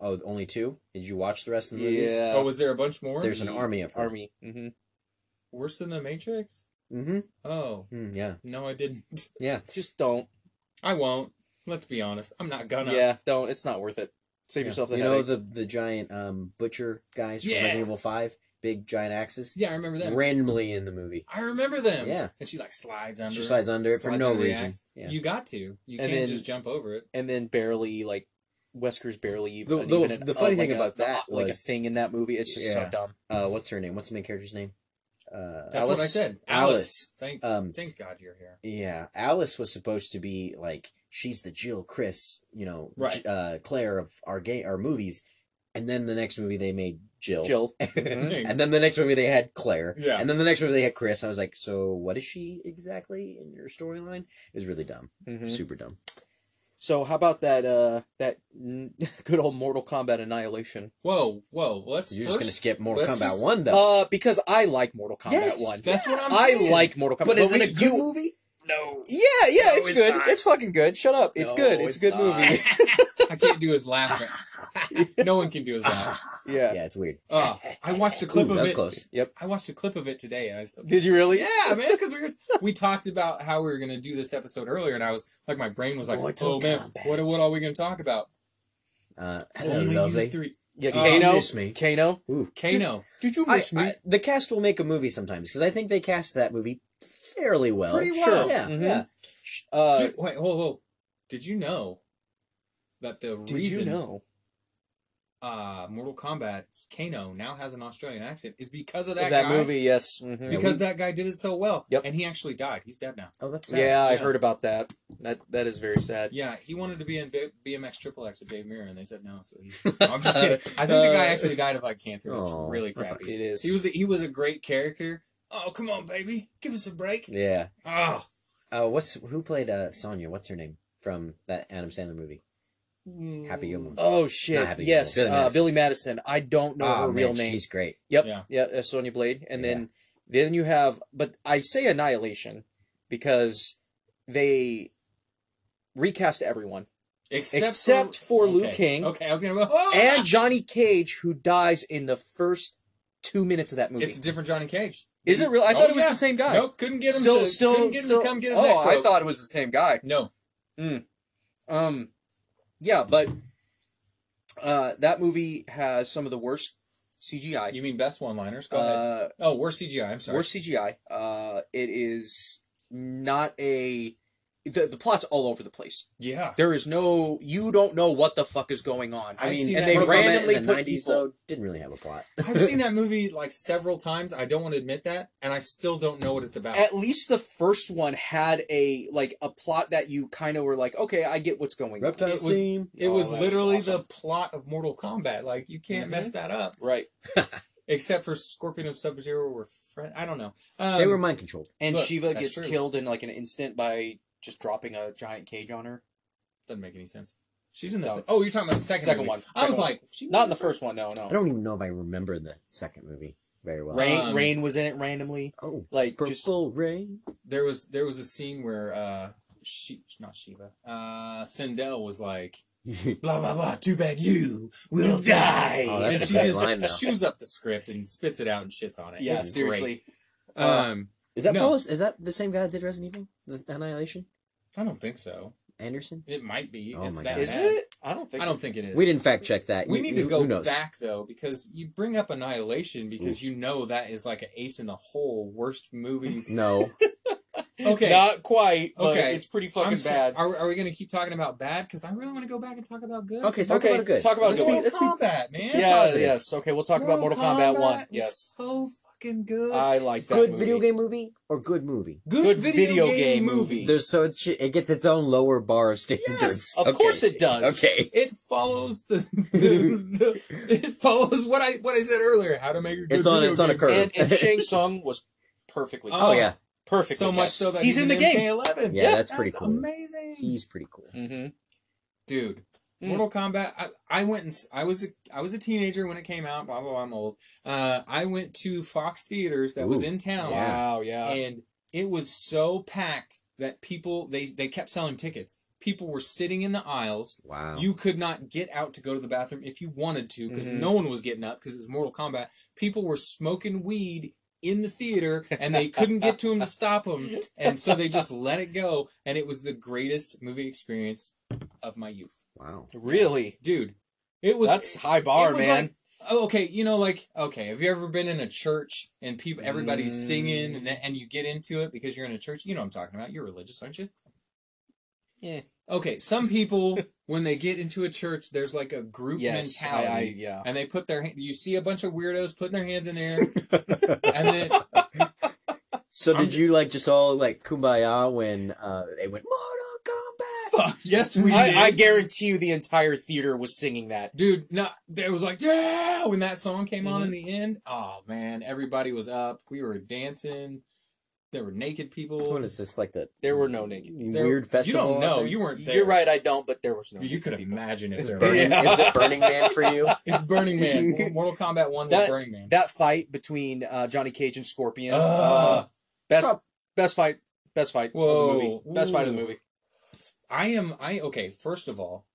Speaker 3: Oh, only two? Did you watch the rest of the movies?
Speaker 2: yeah,
Speaker 1: oh was there a bunch more
Speaker 3: There's an army of them.
Speaker 2: army. hmm
Speaker 1: worse than the matrix
Speaker 3: Mm-hmm.
Speaker 1: oh
Speaker 3: Mm, yeah.
Speaker 1: no i didn't
Speaker 2: Just don't.
Speaker 1: i won't let's be honest i'm not gonna
Speaker 2: Yeah, don't. It's not worth it. Save yourself the
Speaker 3: You know
Speaker 2: headache.
Speaker 3: the the giant um, butcher guys from
Speaker 1: Yeah.
Speaker 3: Resident Evil Five, big giant axes,
Speaker 1: yeah i remember them
Speaker 3: randomly in the movie.
Speaker 1: i remember them
Speaker 3: Yeah.
Speaker 1: and she like slides under
Speaker 3: She
Speaker 1: it,
Speaker 3: slides under it for
Speaker 1: slides
Speaker 3: no
Speaker 1: under the
Speaker 3: reason.
Speaker 1: axe.
Speaker 3: Yeah.
Speaker 1: you got to you
Speaker 2: And
Speaker 1: can't
Speaker 2: then-
Speaker 1: just jump over it
Speaker 2: and then barely like Wesker's barely even
Speaker 3: The-
Speaker 2: an-
Speaker 3: the-
Speaker 2: even an-
Speaker 3: the funny
Speaker 2: uh, like
Speaker 3: thing
Speaker 2: a-
Speaker 3: about that
Speaker 2: like
Speaker 3: was-
Speaker 2: a thing in that movie. It's just so
Speaker 3: Yeah.
Speaker 2: dumb.
Speaker 3: Uh, what's her name? What's the main character's name? Uh,
Speaker 1: That's what I
Speaker 2: Alice?
Speaker 1: said. Alice.
Speaker 3: Alice.
Speaker 1: Thank
Speaker 3: um,
Speaker 1: thank God you're here.
Speaker 3: yeah, Alice was supposed to be like she's the Jill Chris, you know, J-
Speaker 1: Right.
Speaker 3: uh, Claire of our game our movies, and then the next movie they made Jill,
Speaker 2: Jill.
Speaker 3: Hmm? and then the next movie they had Claire,
Speaker 1: Yeah.
Speaker 3: and then the next movie they had Chris. I was like, so what is she exactly in your storyline? It was really dumb,
Speaker 1: Mm-hmm.
Speaker 2: Mhm.
Speaker 3: super dumb.
Speaker 2: So how about that uh that n- good old Mortal Kombat Annihilation?
Speaker 1: Whoa, whoa. Let's
Speaker 3: You're
Speaker 1: first,
Speaker 3: just gonna skip Mortal
Speaker 1: let's
Speaker 3: Kombat
Speaker 1: just- Oh,
Speaker 3: one though.
Speaker 2: Uh because I like Mortal Kombat
Speaker 3: Yes.
Speaker 2: 1.
Speaker 1: That's what I'm
Speaker 2: I
Speaker 1: saying.
Speaker 2: like Mortal Kombat.
Speaker 3: but is it
Speaker 2: we-
Speaker 3: a good
Speaker 2: you-
Speaker 3: movie?
Speaker 1: No.
Speaker 2: Yeah, yeah,
Speaker 3: No,
Speaker 2: it's,
Speaker 3: it's
Speaker 2: good.
Speaker 3: not.
Speaker 2: It's fucking good. Shut up. It's
Speaker 3: No,
Speaker 2: good. It's, a
Speaker 3: it's
Speaker 2: good
Speaker 3: not.
Speaker 2: movie.
Speaker 1: I can't do his laugh. no one can do his laugh.
Speaker 2: yeah.
Speaker 3: Yeah, it's weird.
Speaker 1: Uh, I watched a clip
Speaker 3: Ooh,
Speaker 1: of
Speaker 3: that was
Speaker 1: it.
Speaker 3: close.
Speaker 1: I watched a clip of it today, and I still.
Speaker 2: Did you really?
Speaker 1: Yeah, man, because we were, we talked about how we were gonna do this episode earlier, and I was like, my brain was like,
Speaker 3: Mortal
Speaker 1: oh man,
Speaker 3: Kombat.
Speaker 1: what what are we gonna talk about?
Speaker 3: Uh,
Speaker 1: Only
Speaker 3: hello, lovely.
Speaker 1: you three.
Speaker 2: Yeah,
Speaker 1: Oh,
Speaker 2: Kano.
Speaker 3: you missed me.
Speaker 2: Kano.
Speaker 3: Ooh.
Speaker 1: Kano,
Speaker 2: Did you
Speaker 3: I-
Speaker 2: miss me?
Speaker 3: I- the cast will make a movie sometimes because I think they cast that movie fairly well.
Speaker 1: Pretty well.
Speaker 3: Yeah,
Speaker 2: Mhm.
Speaker 3: yeah.
Speaker 2: uh
Speaker 1: Dude, wait, whoa, whoa. Did you know that the
Speaker 2: did
Speaker 1: reason
Speaker 2: you know?
Speaker 1: uh, Mortal Kombat's Kano now has an Australian accent is because of
Speaker 2: That,
Speaker 1: that, guy,
Speaker 2: movie, yes. Mhm.
Speaker 1: Because that guy did it so well.
Speaker 2: Yep.
Speaker 1: And he actually died. He's dead now.
Speaker 3: Oh, that's
Speaker 2: yeah,
Speaker 3: sad.
Speaker 2: I
Speaker 1: yeah.
Speaker 2: heard about that. That that is very sad.
Speaker 1: Yeah, he wanted to be in B- BMX Triple X with Dave Mirra, and they said no. So he, No, I'm just kidding. I think the
Speaker 2: Uh,
Speaker 1: guy actually died of like cancer. It's
Speaker 3: Aw,
Speaker 1: really
Speaker 3: that
Speaker 1: crappy.
Speaker 2: It is.
Speaker 1: He was a, he was a great character. Oh come on, baby, give us a break.
Speaker 3: Yeah.
Speaker 1: Oh,
Speaker 3: Oh, what's who played uh, Sonya? What's her name from that Adam Sandler movie? Happy Gilmore.
Speaker 2: Oh shit!
Speaker 3: Not Happy Gilmore.
Speaker 2: yes,
Speaker 3: Billy
Speaker 2: uh,
Speaker 3: Madison.
Speaker 2: Billy Madison. I don't know
Speaker 3: Ah,
Speaker 2: her real
Speaker 3: man,
Speaker 2: name.
Speaker 3: She's great.
Speaker 2: Yep.
Speaker 1: Yeah.
Speaker 2: Yeah. uh, Sonya Blade, and then then you have, but I say Annihilation because they recast everyone
Speaker 1: Except,
Speaker 2: Except for
Speaker 1: okay.
Speaker 2: Liu Kang.
Speaker 1: Okay, I was gonna go. Oh!
Speaker 2: and Johnny Cage, who dies in the first two minutes of that movie.
Speaker 1: it's a different Johnny Cage.
Speaker 2: Is it real? I thought
Speaker 1: Oh,
Speaker 2: it was
Speaker 1: yeah.
Speaker 2: the same guy.
Speaker 1: Nope, couldn't get him.
Speaker 2: Still,
Speaker 1: to,
Speaker 2: still,
Speaker 1: couldn't get him to
Speaker 2: still.
Speaker 1: come get his neck
Speaker 2: oh, I
Speaker 1: broke.
Speaker 2: thought it was the same guy.
Speaker 1: no.
Speaker 2: Um, yeah, but uh, that movie has some of the worst CGI.
Speaker 1: You mean best one-liners? Go ahead.
Speaker 2: uh,
Speaker 1: Oh, worse CGI. I'm sorry.
Speaker 2: Worse CGI. Uh, it is not a the the plot's all over the place.
Speaker 1: Yeah.
Speaker 2: There is no you don't know what the fuck is going on.
Speaker 1: I've
Speaker 3: I mean,
Speaker 1: seen
Speaker 2: and
Speaker 1: that
Speaker 2: they
Speaker 1: Mortal Kombat in
Speaker 2: randomly
Speaker 3: in the
Speaker 2: put
Speaker 3: 90s
Speaker 2: people.
Speaker 3: though didn't really have a plot.
Speaker 1: I've seen that movie like several times. I don't want to admit that, and I still don't know what it's about.
Speaker 2: At least the first one had a like a plot that you kind of were like, okay, I get what's going on.
Speaker 3: Reptile
Speaker 1: It was-
Speaker 3: theme.
Speaker 1: it
Speaker 2: Oh,
Speaker 1: was
Speaker 2: that was
Speaker 1: literally
Speaker 2: awesome. Mm-hmm.
Speaker 1: the plot of Mortal Kombat. Like you can't mess that up,
Speaker 2: Right.
Speaker 1: except for Scorpion and Sub Zero were friend. I don't know. Um,
Speaker 3: They were mind controlled.
Speaker 2: And
Speaker 1: Look,
Speaker 2: Shiva
Speaker 1: that's
Speaker 2: gets
Speaker 1: true.
Speaker 2: killed in like an instant by just dropping a giant cage on her.
Speaker 1: doesn't make any sense. She's in the.
Speaker 2: No.
Speaker 1: fi- oh, you're talking about the second.
Speaker 2: Second
Speaker 1: movie.
Speaker 2: one.
Speaker 1: I
Speaker 2: Second
Speaker 1: was
Speaker 2: one.
Speaker 1: like, she
Speaker 2: Not in the first one, no, no.
Speaker 3: I don't even know if I remember the second movie very well.
Speaker 2: Rain
Speaker 1: Um,
Speaker 2: Rain was in it randomly.
Speaker 3: Oh,
Speaker 2: Like just
Speaker 3: purple rain.
Speaker 1: there was there was a scene where uh, she not Shiva, uh, Sindel was like, blah blah blah. Too bad you will die.
Speaker 3: Oh,
Speaker 1: and
Speaker 3: that's a
Speaker 1: she
Speaker 3: great
Speaker 1: just
Speaker 3: line, though.
Speaker 1: chews up the script and spits it out and shits on it.
Speaker 2: Yeah,
Speaker 1: It's
Speaker 2: seriously.
Speaker 1: great. Um,
Speaker 3: Is that
Speaker 1: No.
Speaker 3: Paulus? Is that the same guy that did Resident Evil? The Annihilation?
Speaker 1: I don't think so.
Speaker 3: Anderson?
Speaker 1: It might be.
Speaker 3: Oh
Speaker 1: it's
Speaker 3: my
Speaker 1: that
Speaker 3: God.
Speaker 2: Is
Speaker 1: bad.
Speaker 2: it? I don't think.
Speaker 1: I don't think it is.
Speaker 3: We didn't fact check that.
Speaker 1: We
Speaker 3: You-
Speaker 1: need
Speaker 3: who-
Speaker 1: to
Speaker 3: who
Speaker 1: go
Speaker 3: knows?
Speaker 1: back though because you bring up Annihilation because you know that is like an ace in the hole worst movie.
Speaker 3: No.
Speaker 1: Okay,
Speaker 2: Not quite. But
Speaker 1: Okay.
Speaker 2: It's pretty
Speaker 1: I'm
Speaker 2: fucking
Speaker 1: so-
Speaker 2: bad.
Speaker 1: Are, are we going to keep talking about bad? Because I really want to go back and talk about good.
Speaker 3: Okay, talk
Speaker 2: Okay,
Speaker 3: about it good.
Speaker 2: talk about
Speaker 1: let's
Speaker 2: good
Speaker 1: be,
Speaker 2: one.
Speaker 1: let's combat, man.
Speaker 2: yeah.
Speaker 3: positive.
Speaker 2: Yes. Okay. We'll talk about Mortal Kombat, one.
Speaker 1: was
Speaker 2: Yes.
Speaker 1: so fucking good.
Speaker 2: I like that.
Speaker 3: Good
Speaker 2: movie.
Speaker 3: video game movie or good movie?
Speaker 2: good video game movie.
Speaker 3: There's so it, sh- it gets its own lower bar of standards.
Speaker 1: Yes,
Speaker 2: Of
Speaker 3: Okay.
Speaker 2: course it does.
Speaker 3: Okay.
Speaker 1: It follows the, the, the it follows what I what I said earlier. How to make a good
Speaker 3: It's on
Speaker 1: video
Speaker 3: it's on a
Speaker 1: game.
Speaker 3: curve.
Speaker 2: And, and Shang Tsung was perfectly.
Speaker 1: Oh,
Speaker 3: oh
Speaker 2: cast.
Speaker 3: yeah,
Speaker 2: Perfectly.
Speaker 1: So much
Speaker 2: cast.
Speaker 1: so that
Speaker 2: he's in the game.
Speaker 1: Eleven.
Speaker 3: Yeah, that's pretty cool.
Speaker 1: Amazing.
Speaker 3: he's pretty cool.
Speaker 2: Mm-hmm.
Speaker 1: dude.
Speaker 2: Mm.
Speaker 1: Mortal Kombat. I, I went and s- I was a, I was a teenager when it came out. Blah blah. blah I'm old. Uh, I went to Fox Theaters that was
Speaker 3: Ooh,
Speaker 1: in town,
Speaker 3: yeah.
Speaker 2: Wow. Yeah.
Speaker 1: and it was so packed that people they they kept selling tickets. People were sitting in the aisles.
Speaker 3: Wow.
Speaker 1: You could not get out to go to the bathroom if you wanted to because
Speaker 2: Mhm.
Speaker 1: no one was getting up because it was Mortal Kombat. People were smoking weed in the theater and they couldn't get to him to stop him, and so they just let it go. And it was the greatest movie experience of my youth
Speaker 3: wow.
Speaker 2: really.
Speaker 1: dude. It was
Speaker 2: That's high bar,
Speaker 1: it was
Speaker 2: man.
Speaker 1: like- oh, okay. You know, like okay. Have you ever been in a church and people, everybody's
Speaker 2: Mm.
Speaker 1: singing, and and you get into it because you're in a church? You know what I'm talking about. You're religious, aren't you?
Speaker 2: Yeah.
Speaker 1: Okay. Some people, when they get into a church, there's like a group
Speaker 2: yes. I,
Speaker 1: mentality.
Speaker 2: I. Yeah.
Speaker 1: and they put their hand- you see a bunch of weirdos putting their hands in the air, and then
Speaker 3: So
Speaker 1: I'm
Speaker 3: did you like just all like kumbaya when uh they went Mortal Kombat?
Speaker 1: fuck yes we
Speaker 2: I,
Speaker 1: did.
Speaker 2: I guarantee you the entire theater was singing that.
Speaker 1: dude no there was like yeah when that song came on
Speaker 2: Mhm.
Speaker 1: in the end oh man everybody was up we were dancing there were naked people
Speaker 3: What is this like the
Speaker 2: There were no naked.
Speaker 1: There-
Speaker 3: weird festival?
Speaker 1: you don't
Speaker 3: out
Speaker 1: know
Speaker 3: there?
Speaker 1: you weren't there
Speaker 2: You're right. I don't. But there was no.
Speaker 1: you
Speaker 2: naked
Speaker 1: could
Speaker 2: people.
Speaker 1: imagine if
Speaker 2: It's
Speaker 1: there were
Speaker 3: Burning,
Speaker 2: Yeah.
Speaker 3: is it Burning Man for you?
Speaker 1: it's Burning Man Mortal Kombat One was
Speaker 2: That-
Speaker 1: Burning Man
Speaker 2: That fight between uh, Johnny Cage and Scorpion.
Speaker 1: Ugh.
Speaker 2: uh, best
Speaker 3: Prob-
Speaker 2: best fight. Best fight
Speaker 1: Whoa.
Speaker 2: of the movie. Best fight of the
Speaker 1: Ooh.
Speaker 2: movie.
Speaker 1: I am I okay first of all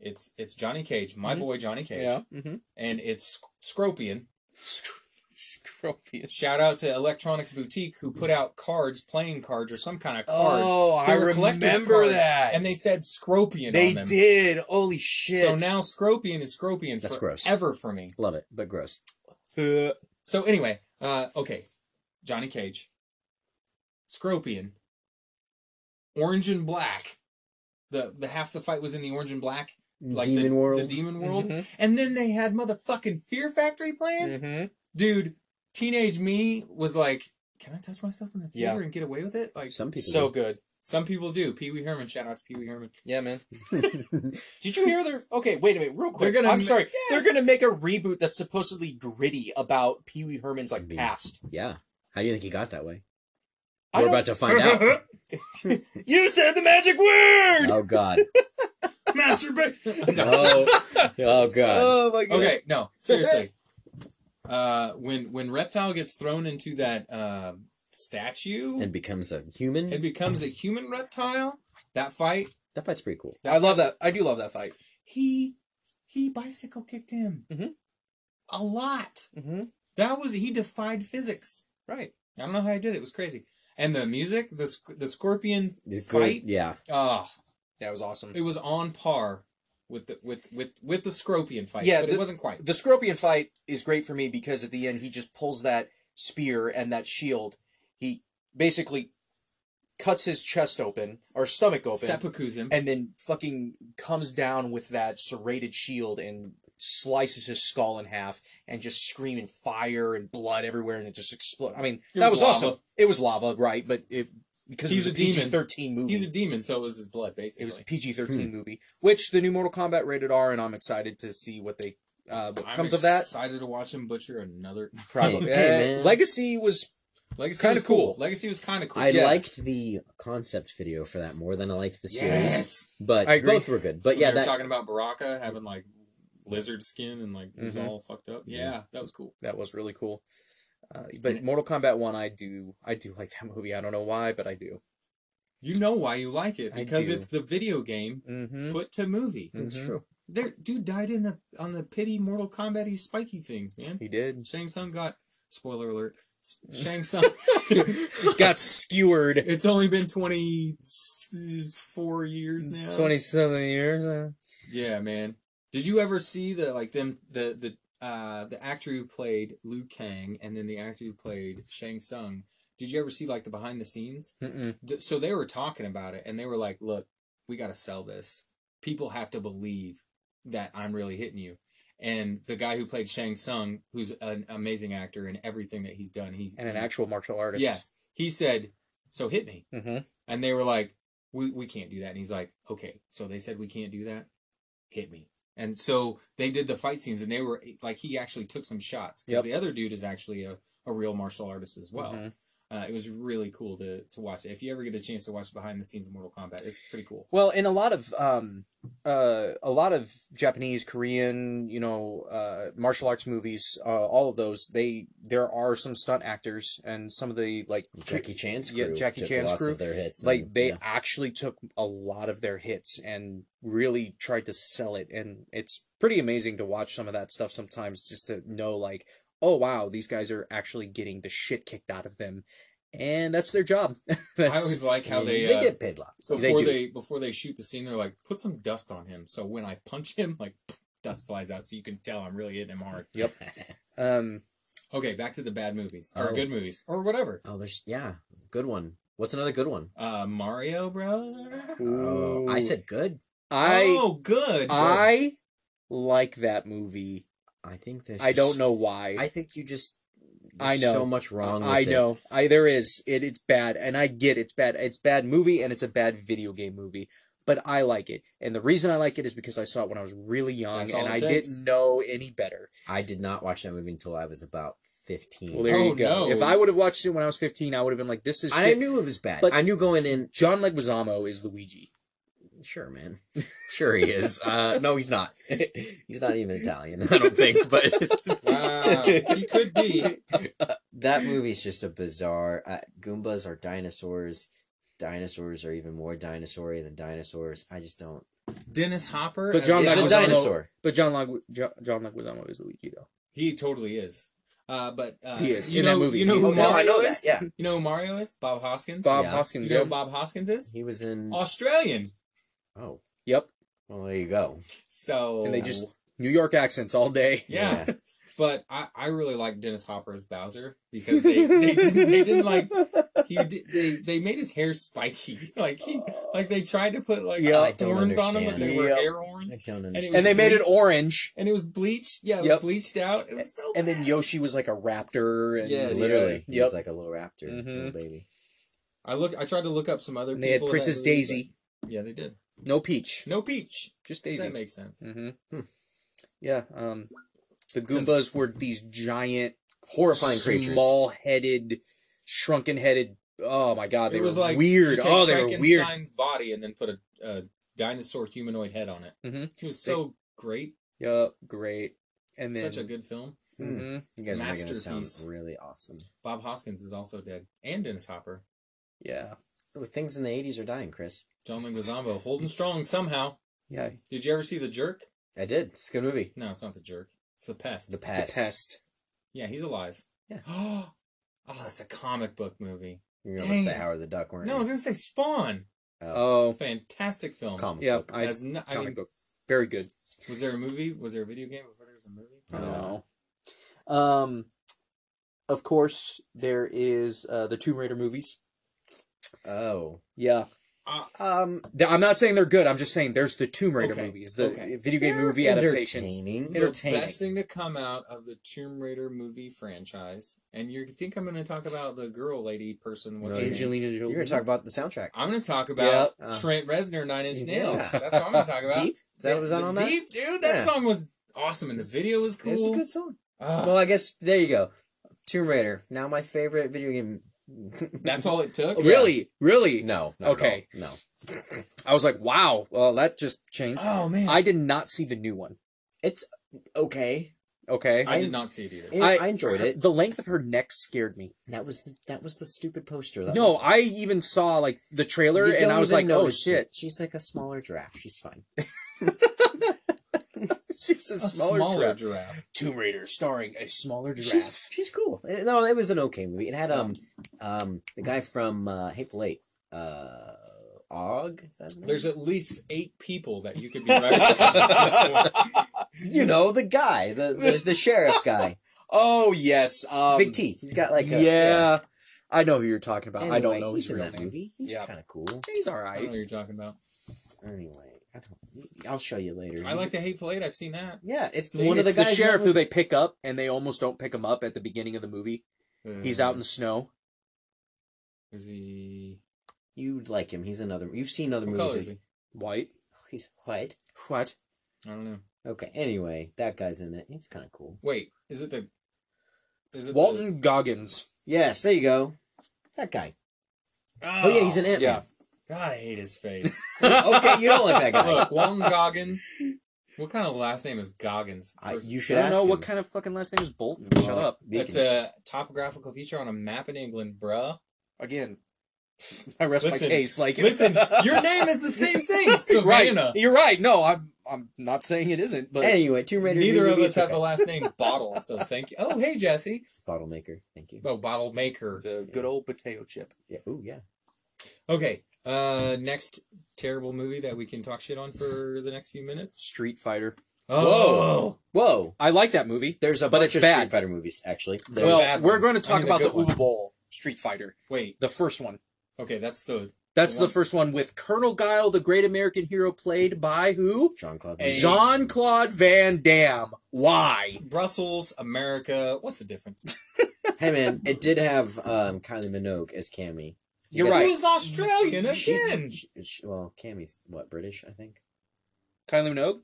Speaker 1: it's it's Johnny Cage my
Speaker 2: Mhm.
Speaker 1: boy Johnny Cage
Speaker 2: Yeah. Mm-hmm.
Speaker 1: and it's Scorpion
Speaker 2: Scorpion.
Speaker 1: shout out to Electronics Boutique who put out cards playing cards or some kind of cards
Speaker 2: Oh,
Speaker 1: They
Speaker 2: I
Speaker 1: were collector's
Speaker 2: remember
Speaker 1: cards,
Speaker 2: that.
Speaker 1: and they said Scorpion
Speaker 2: they
Speaker 1: on them.
Speaker 2: did. Holy shit.
Speaker 1: So now Scorpion is Scorpion
Speaker 3: That's gross.
Speaker 1: forever for me.
Speaker 3: Love it, but gross.
Speaker 2: Uh,
Speaker 1: So anyway, uh, okay, Johnny Cage, Scorpion, Orange and Black. The the half the fight was in the Orange and Black, like
Speaker 3: Demon
Speaker 1: the,
Speaker 3: World.
Speaker 1: the Demon World, and then they had motherfucking Fear Factory playing.
Speaker 2: Mhm.
Speaker 1: Dude, teenage me was like, "Can I touch myself in the theater
Speaker 2: Yeah.
Speaker 1: and get away with it?" Like
Speaker 3: Some people.
Speaker 2: So good.
Speaker 1: some people do. Pee Wee Herman, shout out to Pee Wee Herman.
Speaker 2: Yeah, man. Did you hear their? Okay, wait a minute, real quick.
Speaker 1: They're gonna
Speaker 2: I'm
Speaker 1: ma-
Speaker 2: sorry.
Speaker 1: Yes.
Speaker 2: They're gonna make a reboot that's supposedly gritty about Pee Wee Herman's like
Speaker 3: Maybe.
Speaker 2: past.
Speaker 3: yeah. How do you think he got that way?
Speaker 2: I
Speaker 3: We're
Speaker 2: don't-
Speaker 3: about to find out.
Speaker 2: You said the magic word.
Speaker 3: Oh God.
Speaker 1: Masturbate.
Speaker 3: Oh, oh God.
Speaker 2: Oh my god.
Speaker 1: Okay, no, seriously. uh, when when reptile gets thrown into that uh, statue
Speaker 2: Oh.
Speaker 3: And becomes a human.
Speaker 1: and becomes a human reptile, that fight
Speaker 3: That fight's pretty cool.
Speaker 2: I love that. I do love that fight.
Speaker 1: he he bicycle kicked him
Speaker 2: Mhm.
Speaker 1: a lot.
Speaker 2: Mm-hmm.
Speaker 1: That was he defied physics.
Speaker 2: Right.
Speaker 1: I don't know how he did it. It was crazy. And the music, the sc- the scorpion
Speaker 3: It's good.
Speaker 1: fight,
Speaker 3: Yeah.
Speaker 1: ah,
Speaker 2: That was awesome.
Speaker 1: it was on par with the with with with the scorpion fight.
Speaker 2: Yeah,
Speaker 1: but it
Speaker 2: the-
Speaker 1: wasn't quite.
Speaker 2: The Scorpion fight is great for me because at the end he just pulls that spear and that shield. He basically cuts his chest open or stomach open
Speaker 1: Seppuku's him.
Speaker 2: and then fucking comes down with that serrated shield and slices his skull in half and just screaming fire and blood everywhere and it just explodes. I mean,
Speaker 1: It
Speaker 2: that
Speaker 1: was
Speaker 2: was,
Speaker 1: lava.
Speaker 2: awesome. It was lava, right? But it because
Speaker 1: He's
Speaker 2: it
Speaker 1: a
Speaker 2: was
Speaker 1: demon.
Speaker 2: a, PG-13 movie.
Speaker 1: He's a demon, so it was his blood
Speaker 2: it
Speaker 1: basically.
Speaker 2: was a PG-13
Speaker 1: Hmm.
Speaker 2: movie, which the new Mortal Kombat rated R and I'm excited to see what they uh, what
Speaker 1: I'm
Speaker 2: comes of that.
Speaker 1: Excited to watch him butcher another.
Speaker 2: Probably.
Speaker 3: Hey,
Speaker 2: Uh,
Speaker 3: hey, man.
Speaker 2: Legacy was
Speaker 1: Legacy
Speaker 2: Kinda
Speaker 1: was cool.
Speaker 2: cool.
Speaker 1: Legacy was kind of cool.
Speaker 3: I
Speaker 2: Yeah.
Speaker 3: liked the concept video for that more than I liked the series.
Speaker 1: Yes.
Speaker 3: But
Speaker 2: I agree.
Speaker 3: both were good. But yeah,
Speaker 1: they were
Speaker 3: that
Speaker 1: talking about Baraka having like lizard skin and like it was
Speaker 3: Mm-hmm.
Speaker 2: Mhm.
Speaker 1: all fucked up. Yeah, that was cool.
Speaker 2: that was really cool.
Speaker 3: Mm.
Speaker 2: Uh, but Mortal Kombat One, I do I do like that movie. I don't know why, but I do.
Speaker 1: You know why you like it
Speaker 3: I
Speaker 1: because
Speaker 3: do.
Speaker 1: it's the video game
Speaker 2: Mm-hmm.
Speaker 1: put to movie.
Speaker 3: That's
Speaker 2: Mhm.
Speaker 3: true.
Speaker 1: There, dude died in the on the pity Mortal Kombat. He spiky things, man.
Speaker 2: He did.
Speaker 1: Shang Tsung got spoiler alert. S- Shang Tsung.
Speaker 2: Got skewered.
Speaker 1: it's only been twenty four years now.
Speaker 2: Twenty seven years. uh,
Speaker 1: Yeah, man. Did you ever see the like them the the uh the actor who played Liu Kang and then the actor who played Shang Tsung? Did you ever see like the behind the scenes?
Speaker 2: mm-mm.
Speaker 1: Th- So they were talking about it and they were like, "Look, we got to sell this. People have to believe that I'm really hitting you." And the guy who played Shang Tsung, who's an amazing actor in everything that he's done, he's
Speaker 3: Mm.
Speaker 2: And an actual martial artist.
Speaker 1: Yes, he said, "So hit me."
Speaker 2: Mm-hmm.
Speaker 1: And they were like, we, we can't do that. And he's like, okay. So they said we can't do that. Hit me. And so they did the fight scenes and they were like, he actually took some shots because
Speaker 2: Yep.
Speaker 1: the other dude is actually a, a real martial artist as well.
Speaker 2: Mhm.
Speaker 1: Uh, it was really cool to, to watch. If you ever get a chance to watch behind the scenes of Mortal Kombat, it's pretty cool.
Speaker 2: Well, in a lot of um, uh, a lot of Japanese, Korean, you know, uh, martial arts movies, uh, all of those, they there are some stunt actors and some of the like
Speaker 3: Jackie Chan's crew.
Speaker 2: Yeah, Jackie
Speaker 3: took
Speaker 2: Chan's
Speaker 3: lots
Speaker 2: crew,
Speaker 3: Of their hits.
Speaker 2: like
Speaker 3: and,
Speaker 2: they
Speaker 3: yeah.
Speaker 2: actually took a lot of their hits and really tried to sell it and it's pretty amazing to watch some of that stuff sometimes just to know like oh wow these guys are actually getting the shit kicked out of them and that's their job
Speaker 1: I
Speaker 2: that's
Speaker 1: always like how
Speaker 3: Yeah,
Speaker 1: they, uh,
Speaker 3: get paid lots.
Speaker 2: they
Speaker 1: before
Speaker 2: do.
Speaker 1: they, before they shoot the scene, they're like, put some dust on him. So when I punch him, like dust flies out. So you can tell I'm really hitting him hard.
Speaker 2: yep um
Speaker 1: Okay. Back to the bad movies or
Speaker 3: Oh.
Speaker 1: good movies or whatever.
Speaker 3: Oh, there's yeah, good one. What's another good one?
Speaker 1: Uh, Mario Bros.
Speaker 3: Oh, I said good.
Speaker 2: i
Speaker 1: oh, good.
Speaker 2: i like that movie
Speaker 3: I think there's.
Speaker 2: i don't
Speaker 3: just-
Speaker 2: know why
Speaker 3: I think you just.
Speaker 2: I
Speaker 3: there's
Speaker 2: know.
Speaker 3: so much wrong. With
Speaker 2: I
Speaker 3: it.
Speaker 2: know. I there is. It it's bad and I get it's bad. It's bad movie and it's a bad video game movie. But I like it. And the reason I like it is because I saw it when I was really young
Speaker 1: That's all
Speaker 2: and
Speaker 1: it
Speaker 2: I
Speaker 1: takes.
Speaker 2: didn't know any better.
Speaker 3: I did not watch that movie until I was about fifteen.
Speaker 2: Well, there
Speaker 1: Oh,
Speaker 2: you go.
Speaker 1: no.
Speaker 2: If I would have watched it when I was 15, I would have been like this is
Speaker 3: I
Speaker 2: shit.
Speaker 3: knew it was bad.
Speaker 2: But-
Speaker 3: I knew going in.
Speaker 2: John Leguizamo is Luigi.
Speaker 3: Sure, man. Sure, he is. Uh, no, he's not. he's not even Italian. I don't think. But
Speaker 1: wow, he could be.
Speaker 3: that movie's just a bizarre. Uh, Goombas are dinosaurs. Dinosaurs are even more dinosaur than dinosaurs. I just don't.
Speaker 1: Dennis Hopper.
Speaker 2: But
Speaker 1: as
Speaker 2: John
Speaker 1: the
Speaker 3: He's a
Speaker 2: Leguizamo-
Speaker 1: villain?
Speaker 3: dinosaur.
Speaker 2: But John Legu- Jo- John Leguizamo is Luigi though.
Speaker 1: He totally is. Uh, but uh,
Speaker 2: He is,
Speaker 1: You
Speaker 2: in
Speaker 1: know,
Speaker 2: that movie.
Speaker 1: You know who
Speaker 2: Oh, no,
Speaker 1: Mario
Speaker 2: I
Speaker 1: is?
Speaker 3: Yeah,
Speaker 1: You know who Mario is? Bob Hoskins.
Speaker 2: Bob
Speaker 3: Yeah.
Speaker 1: Do
Speaker 2: Hoskins.
Speaker 1: you know
Speaker 2: Yep.
Speaker 1: who Bob Hoskins is?
Speaker 3: he was in.
Speaker 1: Australian.
Speaker 3: Oh,
Speaker 2: Yep.
Speaker 3: well, there you go.
Speaker 1: So
Speaker 2: And they just New York accents all day.
Speaker 1: Oh. yeah. But I, I really like Dennis Hopper as Bowser because they, they, didn't- they didn't like he did, they they made his hair spiky like he like they tried to put like
Speaker 2: Yeah.
Speaker 1: uh,
Speaker 3: I don't
Speaker 1: horns on him but they were
Speaker 2: understand.
Speaker 1: air
Speaker 3: I
Speaker 1: horns
Speaker 3: don't
Speaker 1: it
Speaker 3: understand.
Speaker 2: And they made it
Speaker 1: Luigi.
Speaker 2: orange.
Speaker 1: and it was bleached yeah it
Speaker 2: Yep.
Speaker 1: was bleached out it was so
Speaker 2: And then
Speaker 1: bad.
Speaker 2: Yoshi was like a raptor and
Speaker 1: Yes.
Speaker 3: Literally,
Speaker 2: Yep.
Speaker 3: he's like a little raptor,
Speaker 2: Mhm.
Speaker 3: little baby.
Speaker 1: I look. I tried to look up some other.
Speaker 2: And they had
Speaker 1: people in that
Speaker 2: Princess
Speaker 1: movie,
Speaker 2: Daisy.
Speaker 1: but- Yeah, they did.
Speaker 2: No Peach,
Speaker 1: No peach.
Speaker 2: just
Speaker 1: Daisy.
Speaker 2: Daisy.
Speaker 1: That makes sense.
Speaker 2: Mm-hmm.
Speaker 3: Hmm.
Speaker 2: Yeah. Um, the Goombas were these giant, horrifying creatures,
Speaker 3: creatures.
Speaker 2: small-headed, shrunken-headed. Oh my god, they
Speaker 1: It was
Speaker 2: were
Speaker 1: like
Speaker 2: weird.
Speaker 1: You take
Speaker 2: Oh, they were weird.
Speaker 1: Frankenstein's body and then put a, a dinosaur humanoid head on it.
Speaker 2: Mhm.
Speaker 1: It was so great.
Speaker 2: Yup, great. And then
Speaker 1: Such a good film.
Speaker 2: hmm
Speaker 3: You guys are making it sound
Speaker 1: Masterpiece.
Speaker 3: really awesome.
Speaker 1: Bob Hoskins is also dead, and Dennis Hopper.
Speaker 2: yeah,
Speaker 3: The things in the '80s are dying, Chris.
Speaker 1: John Leguizamo holding strong somehow.
Speaker 2: yeah.
Speaker 1: Did you ever see The Jerk?
Speaker 3: I did. It's a good movie.
Speaker 1: No, it's not The Jerk. It's The Pest.
Speaker 3: The
Speaker 2: The
Speaker 3: past.
Speaker 2: pest.
Speaker 1: yeah, he's alive.
Speaker 3: Yeah.
Speaker 1: Oh, that's a comic book movie.
Speaker 3: You're gonna
Speaker 1: Dang
Speaker 3: say
Speaker 1: it.
Speaker 3: Howard the Duck, weren't
Speaker 1: No, I was
Speaker 3: you?
Speaker 1: gonna say Spawn.
Speaker 2: Oh,
Speaker 1: Fantastic film.
Speaker 3: Comic
Speaker 2: yeah.
Speaker 3: book.
Speaker 2: I,
Speaker 1: Has no- I
Speaker 2: comic
Speaker 1: mean,
Speaker 2: book. Very good.
Speaker 1: was there a movie? Was there a video game before there was a movie?
Speaker 3: No.
Speaker 2: No. Um, of course, there is uh, the Tomb Raider movies.
Speaker 3: Oh.
Speaker 2: Yeah.
Speaker 3: Um.
Speaker 2: Th- I'm not saying they're good. I'm just saying there's the Tomb Raider
Speaker 1: Okay.
Speaker 2: movies, the
Speaker 1: Okay.
Speaker 2: video game movie adaptations.
Speaker 3: Entertaining.
Speaker 2: Entertaining.
Speaker 1: The best thing to come out of the Tomb Raider movie franchise, and you think I'm going to talk about the girl lady person? What's her
Speaker 3: No,
Speaker 1: name?
Speaker 2: Angelina Jolie.
Speaker 3: You're gonna talk about the soundtrack.
Speaker 1: I'm going to talk about
Speaker 3: Yeah. Uh,
Speaker 1: Trent Reznor, Nine Inch Nails.
Speaker 3: Yeah.
Speaker 1: That's what I'm going to talk about.
Speaker 3: Deep. Is that what was
Speaker 1: The-
Speaker 3: that on
Speaker 1: the
Speaker 3: that?
Speaker 1: Deep, dude. That
Speaker 3: Yeah.
Speaker 1: song was awesome, and the video was
Speaker 3: It was a
Speaker 1: cool.
Speaker 3: good song.
Speaker 1: Ah,
Speaker 3: Well, I guess there you go. Tomb Raider. Now my favorite video game.
Speaker 1: that's all it took.
Speaker 2: Oh, Really, really.
Speaker 3: No. not at
Speaker 2: Okay.
Speaker 3: all. No.
Speaker 2: I was like, wow. Well, that just changed.
Speaker 1: Oh man.
Speaker 2: I did not see the new one.
Speaker 3: It's okay.
Speaker 2: Okay.
Speaker 1: I
Speaker 3: I-
Speaker 1: did not see it either.
Speaker 3: It- I, enjoyed
Speaker 2: her-
Speaker 3: it.
Speaker 2: The length of her neck scared me.
Speaker 3: That was the that was the stupid poster. That
Speaker 2: No,
Speaker 3: was,
Speaker 2: I even saw like the
Speaker 3: you
Speaker 2: trailer and
Speaker 3: don't
Speaker 2: I was
Speaker 3: even
Speaker 2: like, "Oh
Speaker 3: notice
Speaker 2: shit,
Speaker 3: it. She's like a smaller giraffe. She's fine.
Speaker 2: she's a
Speaker 1: A
Speaker 2: smaller, giraffe."
Speaker 1: giraffe.
Speaker 2: Tomb Raider starring a smaller giraffe."
Speaker 3: She's she's cool. Eh, No, it was an okay movie. It had um um the guy from uh, Hateful Eight. Uh, Og. Is that his name?
Speaker 1: There's at least eight people that you could be referencing at this point.
Speaker 3: you know the guy, the the, the sheriff guy,
Speaker 2: oh yes, um,
Speaker 3: Big T. He's got like a,
Speaker 2: yeah, I know who you're talking about. I
Speaker 3: Anyway,
Speaker 2: don't know
Speaker 3: he's
Speaker 2: his
Speaker 3: in
Speaker 2: real
Speaker 3: that
Speaker 2: name. Uh-huh.
Speaker 3: movie. He's
Speaker 2: Yeah.
Speaker 3: kind of cool.
Speaker 2: He's all
Speaker 1: I don't know what
Speaker 2: right.
Speaker 1: you're talking about.
Speaker 3: Anyway, I don't, I'll show you later.
Speaker 1: I like the Hateful Eight. I've seen that.
Speaker 3: Yeah, it's
Speaker 1: See,
Speaker 3: one of the
Speaker 2: it's the
Speaker 3: guys. that
Speaker 2: sheriff
Speaker 3: was-
Speaker 2: who they pick up, and they almost don't pick him up at the beginning of the movie. He's out in the
Speaker 3: Mm-hmm.
Speaker 2: snow.
Speaker 1: Uh, Is he?
Speaker 3: You'd like him. He's another. You've seen other
Speaker 1: What
Speaker 3: movies. Oh,
Speaker 1: color is he?
Speaker 2: White.
Speaker 3: He's white.
Speaker 2: What?
Speaker 1: I don't know.
Speaker 3: Okay. Anyway, that guy's in it. It's kind of cool.
Speaker 1: Wait, is it the? Is it the-
Speaker 2: Walton Goggins.
Speaker 3: Yes, there you go. That guy.
Speaker 1: Oh,
Speaker 3: Oh, yeah, he's an ant.
Speaker 2: Yeah.
Speaker 1: God, I hate his face.
Speaker 3: okay, you don't like that guy.
Speaker 1: Look, Walton Goggins. What kind of last name is Goggins?
Speaker 3: I,
Speaker 1: First-
Speaker 3: you
Speaker 2: I
Speaker 3: should
Speaker 2: don't
Speaker 3: ask
Speaker 2: know
Speaker 3: him.
Speaker 2: what kind of fucking last name is Bolton.
Speaker 3: Well,
Speaker 2: Shut up.
Speaker 3: we
Speaker 1: That's
Speaker 3: can-
Speaker 1: a topographical feature on a map in England, bruh.
Speaker 2: Again, I rest
Speaker 1: Listen.
Speaker 2: my case. Like,
Speaker 1: Listen, your name is the same thing, Savannah.
Speaker 2: Right. You're right. No, I'm. I'm not saying it isn't, but
Speaker 3: anyway, Tomb Raider.
Speaker 1: Neither of
Speaker 3: movie,
Speaker 1: us
Speaker 3: it's
Speaker 1: have
Speaker 3: okay.
Speaker 1: the last name Bottle, so thank you. Oh, hey, Jesse.
Speaker 3: bottle maker. Thank you.
Speaker 1: Oh, Bottle Maker.
Speaker 2: the good old potato chip.
Speaker 3: Yeah. Ooh, yeah.
Speaker 1: Okay, uh, next terrible movie that we can talk shit on for the next few minutes.
Speaker 2: Street Fighter.
Speaker 1: Oh,
Speaker 3: Whoa.
Speaker 2: I like that movie.
Speaker 3: There's a
Speaker 2: But
Speaker 3: bunch
Speaker 2: it's
Speaker 3: of
Speaker 2: bad.
Speaker 3: Street Fighter movies, actually.
Speaker 1: They're
Speaker 3: There's,
Speaker 2: well,
Speaker 1: bad
Speaker 2: we're
Speaker 1: ones.
Speaker 2: going to talk
Speaker 1: I mean,
Speaker 2: about
Speaker 1: they're
Speaker 2: the
Speaker 1: good
Speaker 2: Uwe Boll Street Fighter,
Speaker 1: wait.
Speaker 2: the first one.
Speaker 1: Okay, that's the
Speaker 2: That's
Speaker 1: The
Speaker 2: the
Speaker 1: one-
Speaker 2: first one with Colonel Guile, the great American hero, played by who?
Speaker 3: Jean Claude.
Speaker 1: Hey. Jean-
Speaker 2: Jean Claude Van Damme. Why?
Speaker 1: Brussels, America. What's the difference?
Speaker 3: Hey man, it did have um, Kylie Minogue as Cammy.
Speaker 2: You're right.
Speaker 1: Who's Australian again?
Speaker 3: She's, she- she- well, Cammy's what British, I think.
Speaker 2: Kylie Minogue?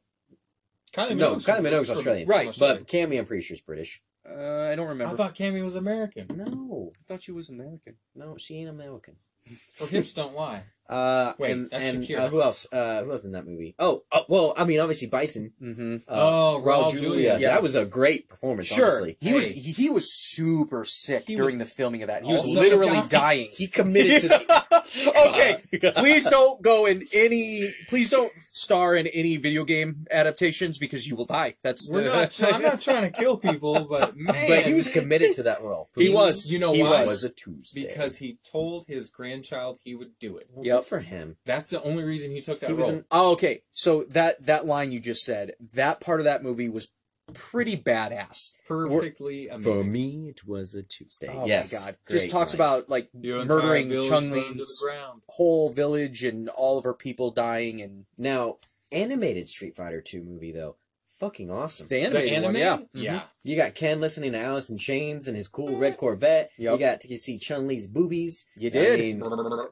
Speaker 1: Kylie
Speaker 3: No,
Speaker 1: Minogue's
Speaker 3: Kylie
Speaker 1: from-
Speaker 3: Minogue's
Speaker 1: from-
Speaker 3: Australian.
Speaker 1: from
Speaker 2: Right,
Speaker 1: Australia.
Speaker 3: But Cammy, I'm pretty sure is British.
Speaker 2: Uh, I don't remember.
Speaker 1: I thought Cammy was American.
Speaker 3: No,
Speaker 2: I thought she was American.
Speaker 3: no, she ain't American.
Speaker 1: Or hips don't lie.
Speaker 3: Uh,
Speaker 1: Wait,
Speaker 3: and,
Speaker 1: that's
Speaker 3: and,
Speaker 1: Shakira.
Speaker 3: uh, who else? Uh, who else in that movie? Oh, oh, well, I mean, obviously Bison.
Speaker 2: Mm-hmm.
Speaker 3: Uh,
Speaker 1: Oh, Raul Julia.
Speaker 3: Yeah, that was a great performance.
Speaker 2: Sure.
Speaker 3: honestly.
Speaker 2: He was
Speaker 1: Hey.
Speaker 2: he, he was super sick
Speaker 1: He
Speaker 2: during
Speaker 1: was
Speaker 2: the filming of that. He was
Speaker 1: also
Speaker 2: literally
Speaker 1: dying.
Speaker 2: dying.
Speaker 3: he committed to. The,
Speaker 2: okay, please don't go in any. Please don't star in any video game adaptations because you will die. That's
Speaker 1: We're
Speaker 2: the-
Speaker 1: not. Try- I'm not trying to kill people, but man,
Speaker 3: but he was committed to that role.
Speaker 2: He was.
Speaker 1: You know
Speaker 2: he
Speaker 1: why?
Speaker 3: It was
Speaker 2: Was.
Speaker 3: a Tuesday
Speaker 1: because he told his grandchild he would do it.
Speaker 3: Well,
Speaker 2: Yep.
Speaker 3: good for him.
Speaker 1: That's the only reason he took that
Speaker 3: He was
Speaker 1: role.
Speaker 3: an
Speaker 2: Oh, okay. So that that line you just said, that part of that movie was pretty badass.
Speaker 1: Perfectly amazing.
Speaker 3: me, it was a Tuesday.
Speaker 2: Oh
Speaker 3: yes,
Speaker 2: my god. Just
Speaker 3: Great
Speaker 2: talks
Speaker 3: line.
Speaker 2: about like
Speaker 1: Your entire
Speaker 2: murdering
Speaker 1: village
Speaker 2: Chung
Speaker 1: burned to the
Speaker 2: Lee's
Speaker 1: ground.
Speaker 2: whole village and all of her people dying and
Speaker 3: now animated Street Fighter Two movie though. Fucking awesome.
Speaker 2: the
Speaker 1: The
Speaker 2: animated
Speaker 1: anime.
Speaker 2: one. Yeah.
Speaker 1: Yeah.
Speaker 2: Mhm.
Speaker 3: You got Ken listening to Alice in Chains and his cool red Corvette. You
Speaker 2: Yep.
Speaker 3: got to see Chun Li's boobies.
Speaker 2: Mm-hmm. You
Speaker 3: I
Speaker 2: did.
Speaker 3: mean,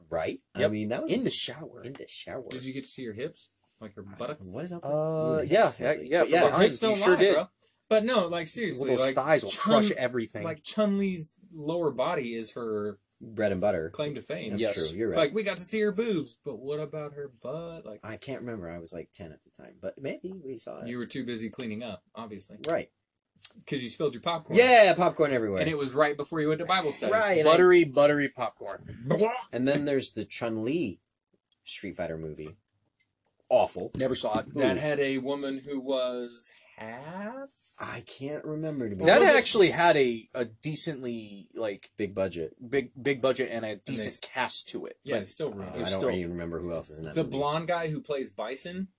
Speaker 3: right? I
Speaker 2: Yep.
Speaker 3: mean, that was
Speaker 2: in the shower.
Speaker 3: in the shower.
Speaker 1: Did you get to see your hips, like your buttocks?
Speaker 3: What is up? with-
Speaker 2: Uh,
Speaker 3: Ooh,
Speaker 2: yeah,
Speaker 3: hips
Speaker 2: yeah,
Speaker 3: lately.
Speaker 2: yeah,
Speaker 3: But yeah.
Speaker 2: for
Speaker 1: Your hips
Speaker 2: You
Speaker 1: don't
Speaker 2: sure
Speaker 1: lie,
Speaker 2: did.
Speaker 1: bro. But no, like
Speaker 2: Those
Speaker 1: seriously,
Speaker 2: little
Speaker 1: like
Speaker 2: thighs will
Speaker 1: Chun-
Speaker 2: crush everything.
Speaker 1: like Chun Li's lower body is her
Speaker 3: bread and butter.
Speaker 1: claim to fame.
Speaker 3: That's
Speaker 2: Yes.
Speaker 3: true. You're
Speaker 1: It's
Speaker 3: right.
Speaker 1: like we got to see her boobs, but what about her butt? Like
Speaker 3: I can't remember. I was like ten at the time, but maybe we saw it.
Speaker 1: you were too busy cleaning up, obviously,
Speaker 3: right?
Speaker 1: because you spilled your popcorn.
Speaker 3: Yeah, popcorn everywhere.
Speaker 1: and it was right before you went to Bible study.
Speaker 3: right. And, I-
Speaker 2: buttery, buttery popcorn.
Speaker 3: and then there's the Chun Li Street Fighter movie. Awful.
Speaker 2: Never saw it.
Speaker 1: That had a woman who was half.
Speaker 3: I can't remember to be
Speaker 2: That
Speaker 3: honest.
Speaker 1: was it?
Speaker 2: actually had a, a decently like
Speaker 3: big budget.
Speaker 2: big big budget and a
Speaker 1: they-
Speaker 2: decent cast to it.
Speaker 1: Yeah,
Speaker 2: But
Speaker 1: it's still
Speaker 3: Uh,
Speaker 1: ruined.
Speaker 3: I
Speaker 2: It
Speaker 3: don't
Speaker 2: was still-
Speaker 3: even remember who else is in that.
Speaker 1: the
Speaker 3: movie.
Speaker 1: blonde guy who plays Bison,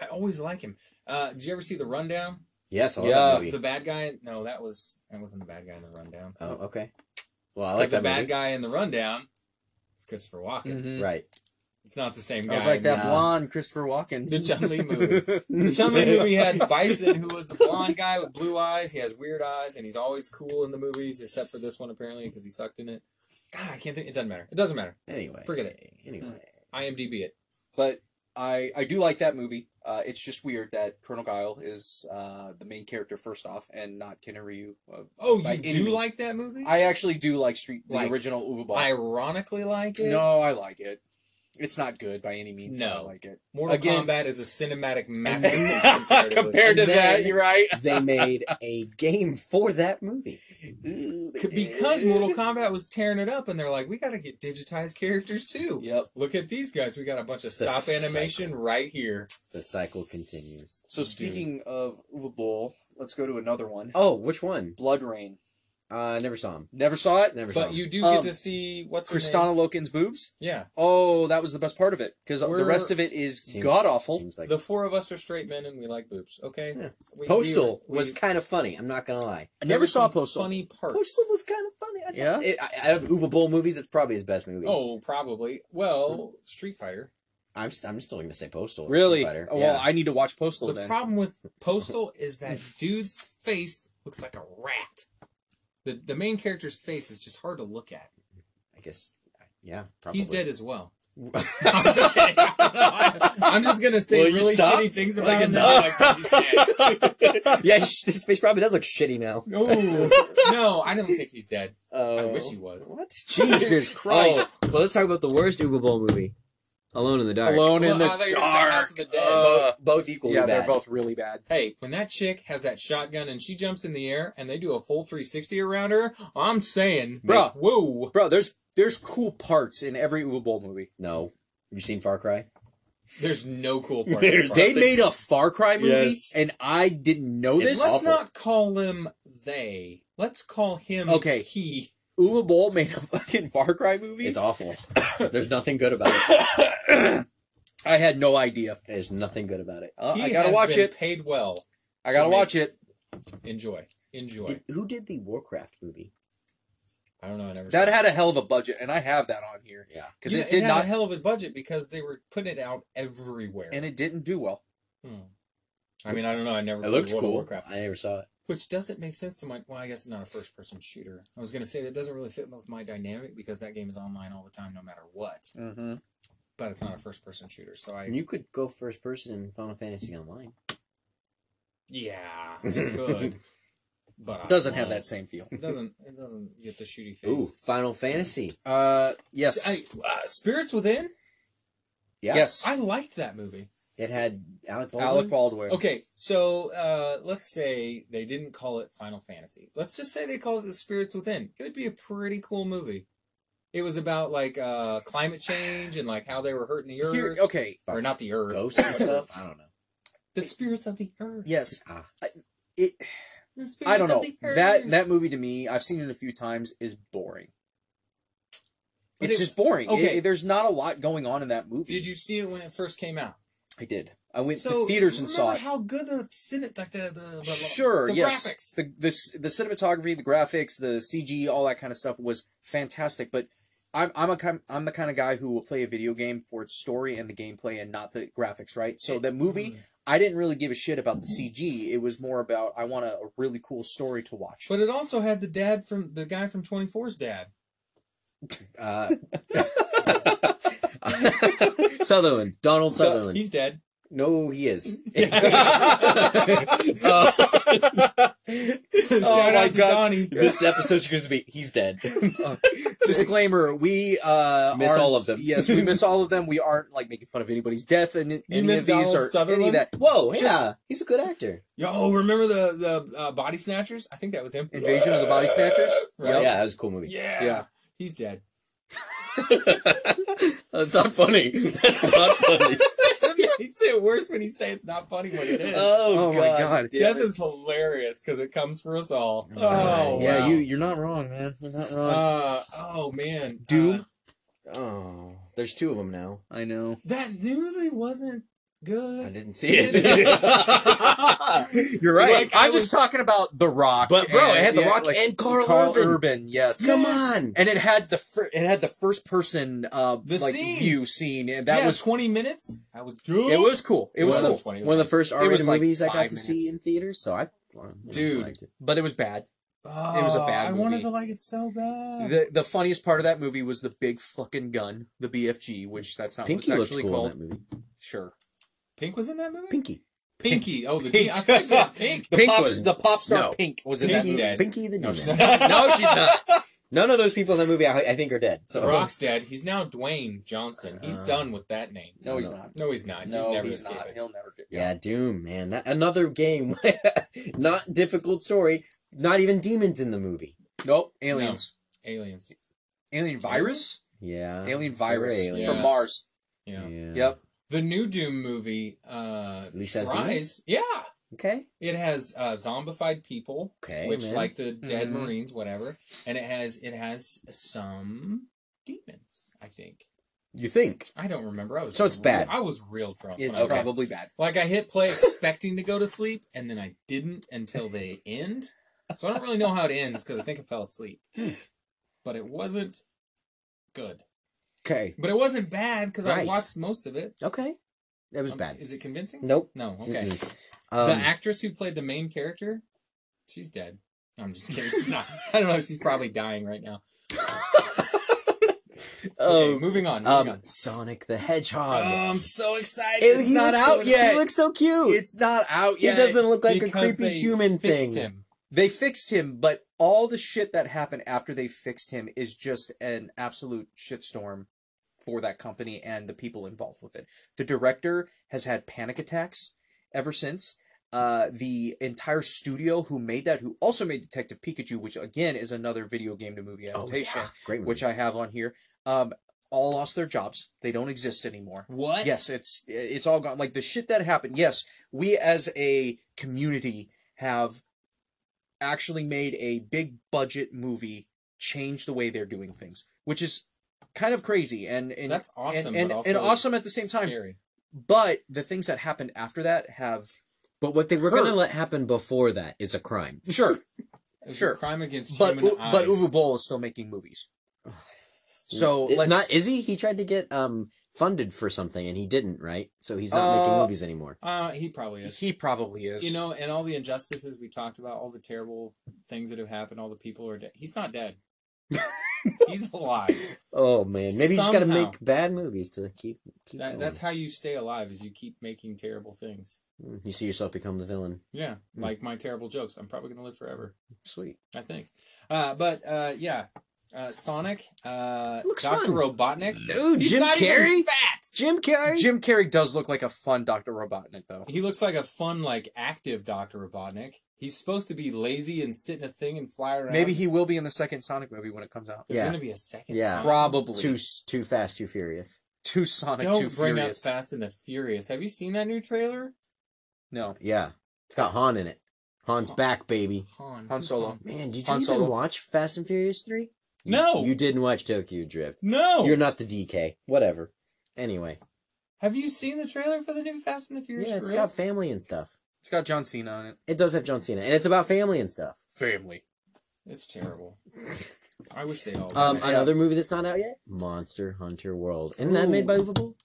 Speaker 1: I always like him. Uh, did you ever see the Rundown? Uh,
Speaker 3: Yes, I love
Speaker 2: Yeah.
Speaker 3: that movie.
Speaker 1: The bad guy? No, that was that wasn't the bad guy in the Rundown.
Speaker 3: Oh, okay. Well, I like
Speaker 1: the
Speaker 3: that
Speaker 1: bad
Speaker 3: movie.
Speaker 1: guy in the Rundown. It's Christopher Walken.
Speaker 2: Mhm.
Speaker 3: Right.
Speaker 1: It's not the same guy.
Speaker 2: I was like that
Speaker 3: nah.
Speaker 2: blonde Christopher Walken.
Speaker 1: The Chun Li movie. The Chun Li movie had Bison, who was the blonde guy with blue eyes. He has weird eyes, and he's always cool in the movies, except for this one apparently because he sucked in it. God, I can't think. It doesn't matter. It doesn't matter.
Speaker 3: Anyway.
Speaker 1: Forget it.
Speaker 3: Anyway.
Speaker 1: IMDb it.
Speaker 2: But I I do like that movie. Uh, it's just weird that Colonel Guile is uh, the main character first off and not Ken Ryu. Uh,
Speaker 1: Oh, you
Speaker 2: by any
Speaker 1: do
Speaker 2: means.
Speaker 1: like that movie?
Speaker 2: I actually do like Street the
Speaker 1: Like,
Speaker 2: original Uwe Ball.
Speaker 1: ironically like it.
Speaker 2: no, I like it. It's not good by any means. but I
Speaker 1: No.
Speaker 2: like it.
Speaker 1: Mortal
Speaker 2: Again-
Speaker 1: Kombat is a cinematic masterpiece
Speaker 2: compared,
Speaker 1: comparatively.
Speaker 2: to
Speaker 3: And then-
Speaker 2: that, you're right.
Speaker 3: they made a game for that movie.
Speaker 2: Ooh, they
Speaker 1: C- because
Speaker 2: did.
Speaker 1: Mortal Kombat was tearing it up, and they're like, we got to get digitized characters too.
Speaker 2: Yep.
Speaker 1: Look at these guys. We got a bunch of
Speaker 3: The
Speaker 1: stop animation right here.
Speaker 3: The cycle continues.
Speaker 2: So speaking of Uwe Boll, let's go to another one.
Speaker 3: Oh, which one?
Speaker 2: Blood Rain.
Speaker 3: Uh, never saw him.
Speaker 2: Never saw it.
Speaker 3: Never saw
Speaker 1: But
Speaker 3: him.
Speaker 1: you do
Speaker 2: Um,
Speaker 1: get to see what's her name?
Speaker 2: Kristana Loken's boobs.
Speaker 1: Yeah,
Speaker 2: Oh, that was the best part of it because the
Speaker 1: We're-
Speaker 2: rest of it is
Speaker 3: Seems-
Speaker 2: god awful.
Speaker 3: Seems like
Speaker 1: the four of us are straight men, and we like boobs. Okay.
Speaker 3: Yeah.
Speaker 1: We- we-
Speaker 3: Postal
Speaker 1: we-
Speaker 3: was kind of funny. I'm not gonna
Speaker 2: I
Speaker 3: lie.
Speaker 1: there
Speaker 2: never
Speaker 1: were
Speaker 2: saw
Speaker 1: some
Speaker 2: Postal.
Speaker 1: Funny parts.
Speaker 3: Postal was kind of funny. I
Speaker 2: Yeah?
Speaker 3: It, I, out of Uwe Boll movies, it's probably his best movie.
Speaker 1: Oh, probably. Well, Street Fighter.
Speaker 3: I'm st- I'm still gonna say Postal. or
Speaker 2: Really?
Speaker 3: Street Fighter.
Speaker 2: Oh,
Speaker 3: yeah.
Speaker 2: Well, I need to watch Postal
Speaker 1: the
Speaker 2: then.
Speaker 1: problem with Postal is that dude's face looks like a rat. The the main character's face is just hard to look at.
Speaker 3: I guess. Yeah. Probably.
Speaker 1: He's dead as well. I'm just kidding. I'm just gonna say
Speaker 3: Will you
Speaker 1: really
Speaker 3: stop?
Speaker 1: shitty things about
Speaker 3: Like
Speaker 1: him.
Speaker 3: enough?
Speaker 1: that I'm like, he's dead.
Speaker 3: yeah, sh- his face probably does look shitty now.
Speaker 1: No, no, I don't think he's dead.
Speaker 3: Oh.
Speaker 1: I wish he was.
Speaker 3: What?
Speaker 2: Jesus Christ.
Speaker 3: Oh, well, let's talk about the worst Uwe Boll movie, Alone in the Dark.
Speaker 2: Alone
Speaker 1: Well,
Speaker 2: in the
Speaker 1: I thought you were gonna say House
Speaker 2: Dark.
Speaker 1: of the Dead.
Speaker 2: Uh,
Speaker 3: both equally
Speaker 2: yeah,
Speaker 3: bad.
Speaker 2: they're both really bad.
Speaker 1: Hey, when that chick has that shotgun and she jumps in the air and they do a full 360 around her, I'm saying,
Speaker 2: Bruh.
Speaker 1: whoa.
Speaker 2: Bro, there's there's cool parts in every Uwe Boll movie.
Speaker 3: No, you seen Far Cry?
Speaker 1: There's no cool part.
Speaker 3: There's-
Speaker 1: Bruh.
Speaker 2: They
Speaker 3: They-
Speaker 2: made a Far Cry movie,
Speaker 3: Yes.
Speaker 2: and I didn't know
Speaker 3: It's
Speaker 2: this.
Speaker 1: Let's
Speaker 3: awful.
Speaker 1: not call them they. Let's call him
Speaker 2: Okay.
Speaker 1: he.
Speaker 2: Uwe Boll made a fucking Far Cry movie.
Speaker 3: It's awful. There's nothing good about it.
Speaker 2: I had no idea.
Speaker 3: There's nothing good about it.
Speaker 2: Uh,
Speaker 1: He
Speaker 2: I gotta
Speaker 1: has
Speaker 2: watch
Speaker 1: been
Speaker 2: it.
Speaker 1: Paid well.
Speaker 2: I gotta
Speaker 1: for me.
Speaker 2: watch it.
Speaker 1: Enjoy. Enjoy.
Speaker 3: Did, who did the Warcraft movie?
Speaker 1: I don't know. I never.
Speaker 2: That
Speaker 1: saw it.
Speaker 2: had a hell of a budget, and I have that on here
Speaker 3: Yeah.
Speaker 2: because
Speaker 1: You know,
Speaker 2: it did
Speaker 1: had
Speaker 2: not,
Speaker 1: a hell of a budget because they were putting it out everywhere.
Speaker 2: and it didn't do well.
Speaker 1: Hmm. I mean, I don't know. I never.
Speaker 3: It
Speaker 1: played
Speaker 3: looks
Speaker 1: World of
Speaker 3: cool.
Speaker 1: Warcraft.
Speaker 3: I never saw it.
Speaker 1: which doesn't make sense to my. Well, I guess it's not a first-person shooter. I was gonna say that doesn't really fit with my dynamic because that game is online all the time, no matter what.
Speaker 2: Mm-hmm.
Speaker 1: But it's not a first-person shooter, so I.
Speaker 3: And you could go first person in Final Fantasy Online.
Speaker 1: Yeah, it could. but I
Speaker 2: Doesn't have
Speaker 1: won't.
Speaker 2: that same feel.
Speaker 1: It doesn't. It doesn't get the shooty face.
Speaker 3: Ooh, Final Fantasy.
Speaker 2: Uh, yes,
Speaker 1: I, uh, Spirits Within.
Speaker 3: Yeah.
Speaker 2: yes.
Speaker 1: I liked that movie.
Speaker 3: It had Alec Baldwin.
Speaker 2: Alec Baldwin.
Speaker 1: Okay, so uh, let's say they didn't call it Final Fantasy. Let's just say they called it The Spirits Within. It would be a pretty cool movie. It was about like uh, climate change and like how they were hurting the earth,
Speaker 2: Here, oh, okay.
Speaker 1: or not the earth,
Speaker 3: Ghosts and stuff. I don't know.
Speaker 1: The spirits of the earth.
Speaker 2: Yes,
Speaker 3: Ah.
Speaker 2: it.
Speaker 1: The
Speaker 2: I
Speaker 1: spirits
Speaker 2: don't
Speaker 1: of
Speaker 2: know
Speaker 1: the earth.
Speaker 2: that that movie to me. I've seen it a few times. Is boring.
Speaker 1: But
Speaker 2: it's
Speaker 1: it-
Speaker 2: just boring.
Speaker 1: okay.
Speaker 2: It- there's not a lot going on in that movie.
Speaker 1: Did you see it when it first came out?
Speaker 2: I did. I went
Speaker 1: so
Speaker 2: to theaters and saw
Speaker 1: remember
Speaker 2: it.
Speaker 1: how good the cine- like the, the, the
Speaker 2: sure,
Speaker 1: the
Speaker 2: yes.
Speaker 1: graphics.
Speaker 2: The, the s- the cinematography, the graphics, the CG, all that kind of stuff was fantastic. But I'm I'm a kind I'm the kind of guy who will play a video game for its story and the gameplay and not the graphics, right? So that
Speaker 1: Mm.
Speaker 2: movie, I didn't really give a shit about the CG. It was more about I want a, a really cool story to watch.
Speaker 1: But it also had the dad from the guy from 24's dad.
Speaker 3: Uh, Sutherland, Donald Sutherland.
Speaker 1: He's dead.
Speaker 3: no, he is. Uh,
Speaker 1: Shout
Speaker 2: Oh my
Speaker 1: out to
Speaker 2: God.
Speaker 1: Donnie.
Speaker 3: this episode's going to be he's dead.
Speaker 2: Disclaimer: We uh,
Speaker 3: Miss
Speaker 2: aren't-
Speaker 3: all of them.
Speaker 2: Yes, we miss all of them. We aren't like making fun of anybody's death and any
Speaker 1: miss
Speaker 2: of these
Speaker 1: Donald
Speaker 2: or any of
Speaker 1: Sutherland?
Speaker 2: that.
Speaker 3: Whoa, yeah,
Speaker 2: Just-
Speaker 3: he's a good actor.
Speaker 1: Yo, remember the the uh, body snatchers? I think that was him.
Speaker 2: Invasion of the Body Snatchers.
Speaker 1: Right.
Speaker 3: Yeah, that was a cool movie.
Speaker 1: Yeah.
Speaker 2: Yeah.
Speaker 1: He's dead.
Speaker 3: That's not funny. That's not funny.
Speaker 1: He's it worse when he say it's not funny when it is.
Speaker 2: Oh, my God.
Speaker 3: damn
Speaker 1: Death
Speaker 3: it.
Speaker 1: is hilarious because it comes for us all.
Speaker 3: Oh,
Speaker 2: Uh, yeah,
Speaker 1: wow.
Speaker 2: you you're not wrong, man. You're not wrong.
Speaker 1: Uh, oh man,
Speaker 2: Doom?
Speaker 1: Uh,
Speaker 3: Oh, there's two of them now.
Speaker 2: I know.
Speaker 1: that movie wasn't
Speaker 3: I
Speaker 1: good.
Speaker 3: didn't see it.
Speaker 2: You're
Speaker 1: right. I
Speaker 2: I'm
Speaker 1: was-
Speaker 2: just talking about The Rock.
Speaker 3: but bro, it had The
Speaker 2: yeah,
Speaker 3: Rock
Speaker 2: like,
Speaker 3: and Carl,
Speaker 2: Carl
Speaker 3: Urban.
Speaker 2: Urban. yes.
Speaker 3: Come
Speaker 1: Yes.
Speaker 3: on.
Speaker 2: And it had the fir- it had the first person uh
Speaker 1: The
Speaker 2: like
Speaker 1: scene.
Speaker 2: view scene and that
Speaker 1: yeah,
Speaker 2: was
Speaker 1: twenty minutes. That was good.
Speaker 2: it was cool. It was
Speaker 1: One of
Speaker 2: cool.
Speaker 1: the 20
Speaker 3: One of the first
Speaker 2: was
Speaker 3: R-rated
Speaker 2: like
Speaker 3: movies I got
Speaker 2: five
Speaker 3: to see
Speaker 2: minutes.
Speaker 3: in theaters, so I
Speaker 1: Dude.
Speaker 3: liked it.
Speaker 2: But it was bad.
Speaker 1: Oh,
Speaker 2: it was a bad
Speaker 1: I
Speaker 2: movie.
Speaker 1: wanted to like it so bad.
Speaker 2: The the funniest part of that movie was the big fucking gun, the BFG, which that's not
Speaker 3: Pinky
Speaker 2: what
Speaker 3: looks
Speaker 2: it's actually
Speaker 3: cool
Speaker 2: called.
Speaker 3: in that movie.
Speaker 2: Sure.
Speaker 1: Pink was in that movie.
Speaker 3: Pinky.
Speaker 1: Pinky. Oh, the D. I thought you said Pink.
Speaker 2: The
Speaker 3: Pink
Speaker 2: pop
Speaker 3: was-
Speaker 2: the pop star
Speaker 3: no.
Speaker 2: Pink was in
Speaker 1: Pinky-
Speaker 2: that movie.
Speaker 1: dead.
Speaker 3: Pinky the
Speaker 1: No, she's
Speaker 3: Demon. no, she's not. None of those people in that movie, I, I think, are dead. So
Speaker 1: Rock's dead. He's now Dwayne Johnson. He's
Speaker 3: Uh,
Speaker 1: done with that name.
Speaker 2: No, he's
Speaker 3: No.
Speaker 2: not.
Speaker 1: No, he's not.
Speaker 2: No,
Speaker 1: He'll never
Speaker 2: he's
Speaker 1: escape
Speaker 2: not.
Speaker 1: it.
Speaker 2: He'll never do.
Speaker 3: Yeah, Doom, man. That, another game. not difficult story. Not even demons in the movie.
Speaker 2: Nope. Aliens.
Speaker 1: Aliens.
Speaker 2: Alien virus.
Speaker 3: Yeah.
Speaker 2: Alien virus
Speaker 3: They're
Speaker 2: from
Speaker 1: aliens.
Speaker 2: Mars.
Speaker 1: Yeah.
Speaker 2: Yep.
Speaker 1: The new Doom movie. Uh,
Speaker 3: Hmm. At least has
Speaker 1: tries- Yeah.
Speaker 3: Okay.
Speaker 1: It has uh, zombified people,
Speaker 3: Okay.
Speaker 1: which
Speaker 3: man. Mm-hmm.
Speaker 1: like the dead
Speaker 2: Mhm.
Speaker 1: Marines, whatever, and it has it has some demons. I think
Speaker 3: you think?
Speaker 1: I don't remember. I was
Speaker 3: So it's
Speaker 1: real-
Speaker 3: bad.
Speaker 1: I was real drunk. when
Speaker 2: It's
Speaker 1: I-
Speaker 3: Okay.
Speaker 2: probably bad.
Speaker 1: Like I hit play expecting to go to sleep, and then I didn't until they end. So I don't really know how it ends because I think I fell asleep. But it wasn't good.
Speaker 3: Okay.
Speaker 1: But it wasn't bad because I
Speaker 3: Right.
Speaker 1: watched most of it.
Speaker 3: Okay. That was
Speaker 1: Um,
Speaker 3: bad.
Speaker 1: Is it convincing?
Speaker 3: Nope.
Speaker 1: No. Okay.
Speaker 3: Mm-mm. Um,
Speaker 1: the actress who played the main character, she's dead. I'm just kidding. She's not- I don't know. She's probably dying right now. Okay,
Speaker 3: um,
Speaker 1: moving on. Moving
Speaker 3: um,
Speaker 1: on.
Speaker 3: Sonic the Hedgehog.
Speaker 1: Oh, I'm so excited.
Speaker 3: It-
Speaker 2: it's
Speaker 3: he
Speaker 2: not
Speaker 3: looks
Speaker 2: out
Speaker 3: so,
Speaker 2: yet.
Speaker 3: He looks so cute.
Speaker 2: It's not out
Speaker 3: he
Speaker 2: yet.
Speaker 3: doesn't look like a
Speaker 1: Because
Speaker 3: creepy
Speaker 1: they
Speaker 3: human thing.
Speaker 1: fixed him.
Speaker 2: They fixed him, but all the shit that happened after they fixed him is just an absolute shitstorm for that company and the people involved with it. The director has had panic attacks ever since. Uh, the entire studio who made that, who also made Detective Pikachu, which again is another video game to movie
Speaker 3: Oh,
Speaker 2: adaptation,
Speaker 3: yeah. Great movie.
Speaker 2: which I have on here, um, all lost their jobs. They don't exist anymore.
Speaker 1: What?
Speaker 2: Yes, it's it's all gone. Like the shit that happened. Yes, we as a community have actually made a big budget movie change the way they're doing things, which is kind of crazy and and
Speaker 1: That's awesome.
Speaker 2: and, and,
Speaker 1: but also
Speaker 2: and awesome at the same time.
Speaker 1: Scary.
Speaker 2: But the things that happened after that have
Speaker 3: But what they were going
Speaker 2: Hurt.
Speaker 3: to let happen before that is a crime.
Speaker 2: sure,
Speaker 1: It was
Speaker 2: Sure.
Speaker 1: a crime against
Speaker 2: but
Speaker 1: human
Speaker 2: U- but
Speaker 1: eyes.
Speaker 2: Uwe Boll is still making movies. So
Speaker 3: It-
Speaker 2: let's
Speaker 3: not is he? He tried to get um funded for something and he didn't, right? So he's not making
Speaker 2: Uh,
Speaker 3: movies anymore.
Speaker 1: uh, he probably is.
Speaker 2: he probably is.
Speaker 1: You know, and all the injustices we talked about, all the terrible things that have happened, all the people who are dead. He's not dead. He's alive.
Speaker 3: Oh man, maybe he's got to
Speaker 1: somehow.
Speaker 3: make bad movies to keep keep
Speaker 1: That,
Speaker 3: that,
Speaker 1: that's how you stay alive is you keep making terrible things.
Speaker 3: Hmm, You see yourself become the villain.
Speaker 1: Yeah,
Speaker 3: Hmm.
Speaker 1: like my terrible jokes. I'm probably gonna live forever.
Speaker 3: Sweet.
Speaker 1: I think. Uh, but uh, yeah, uh, Sonic, uh,
Speaker 3: Looks
Speaker 1: Doctor
Speaker 3: fun.
Speaker 1: Robotnik.
Speaker 3: Dude,
Speaker 1: He's
Speaker 3: Jim
Speaker 1: not even
Speaker 3: Carrey.
Speaker 1: fat.
Speaker 3: Jim Carrey.
Speaker 2: Jim Carrey does look like a fun Doctor Robotnik though.
Speaker 1: He looks like a fun, like active Doctor Robotnik. He's supposed to be lazy and sit in a thing and fly around.
Speaker 2: Maybe he will be in the second Sonic movie when it comes out.
Speaker 1: There's
Speaker 3: Yeah.
Speaker 1: gonna be a second.
Speaker 3: Yeah.
Speaker 1: Sonic.
Speaker 2: Probably
Speaker 3: Too too fast, too furious.
Speaker 2: Two Sonic,
Speaker 1: Don't
Speaker 2: Two
Speaker 1: bring
Speaker 2: Furious.
Speaker 1: up Fast and the Furious. Have you seen that new trailer?
Speaker 2: no,
Speaker 3: Yeah, it's got Han in it. Han's back, baby.
Speaker 1: Han.
Speaker 2: Han Solo.
Speaker 3: Man, did you
Speaker 2: Han
Speaker 3: even
Speaker 2: Solo.
Speaker 3: watch Fast and Furious three?
Speaker 1: No.
Speaker 3: you didn't watch Tokyo Drift.
Speaker 1: No.
Speaker 3: You're not the DK. Whatever. Anyway,
Speaker 1: Have you seen the trailer for the new Fast and the Furious?
Speaker 3: yeah,
Speaker 1: for
Speaker 3: it's
Speaker 1: real?
Speaker 3: got family and stuff.
Speaker 2: It's got John Cena on it.
Speaker 3: It does have John Cena, and it's about family and stuff.
Speaker 2: Family.
Speaker 1: It's terrible. I wish they all.
Speaker 3: Um,
Speaker 2: Yeah.
Speaker 3: another movie that's not out yet, Monster Hunter World. Isn't that made by Uwe Boll?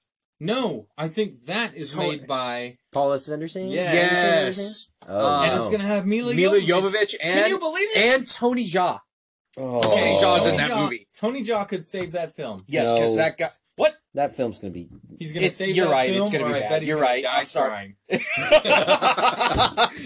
Speaker 1: no, I think that is
Speaker 2: So-
Speaker 1: made by.
Speaker 3: Paul S. Anderson.
Speaker 1: Yeah.
Speaker 2: Yes. Um,
Speaker 3: Oh,
Speaker 1: And
Speaker 3: no.
Speaker 1: it's gonna have Mila,
Speaker 2: Mila
Speaker 1: Jovovich.
Speaker 2: Jovovich
Speaker 1: Can
Speaker 2: and
Speaker 1: you believe it?
Speaker 2: and Tony Jaa.
Speaker 3: Oh.
Speaker 2: Tony Jaa's in that
Speaker 1: Jaw-
Speaker 2: movie.
Speaker 1: Tony Jaw could save that film.
Speaker 2: Yes, because
Speaker 3: No.
Speaker 2: that guy. What?
Speaker 3: That film's gonna be.
Speaker 1: He's gonna
Speaker 2: It-
Speaker 1: save
Speaker 2: you're
Speaker 1: that
Speaker 2: right, it's
Speaker 1: film.
Speaker 2: gonna be
Speaker 1: or I
Speaker 2: bad.
Speaker 1: bet he's
Speaker 2: You're
Speaker 1: gonna
Speaker 2: right,
Speaker 1: Die
Speaker 2: I'm sorry.
Speaker 1: trying.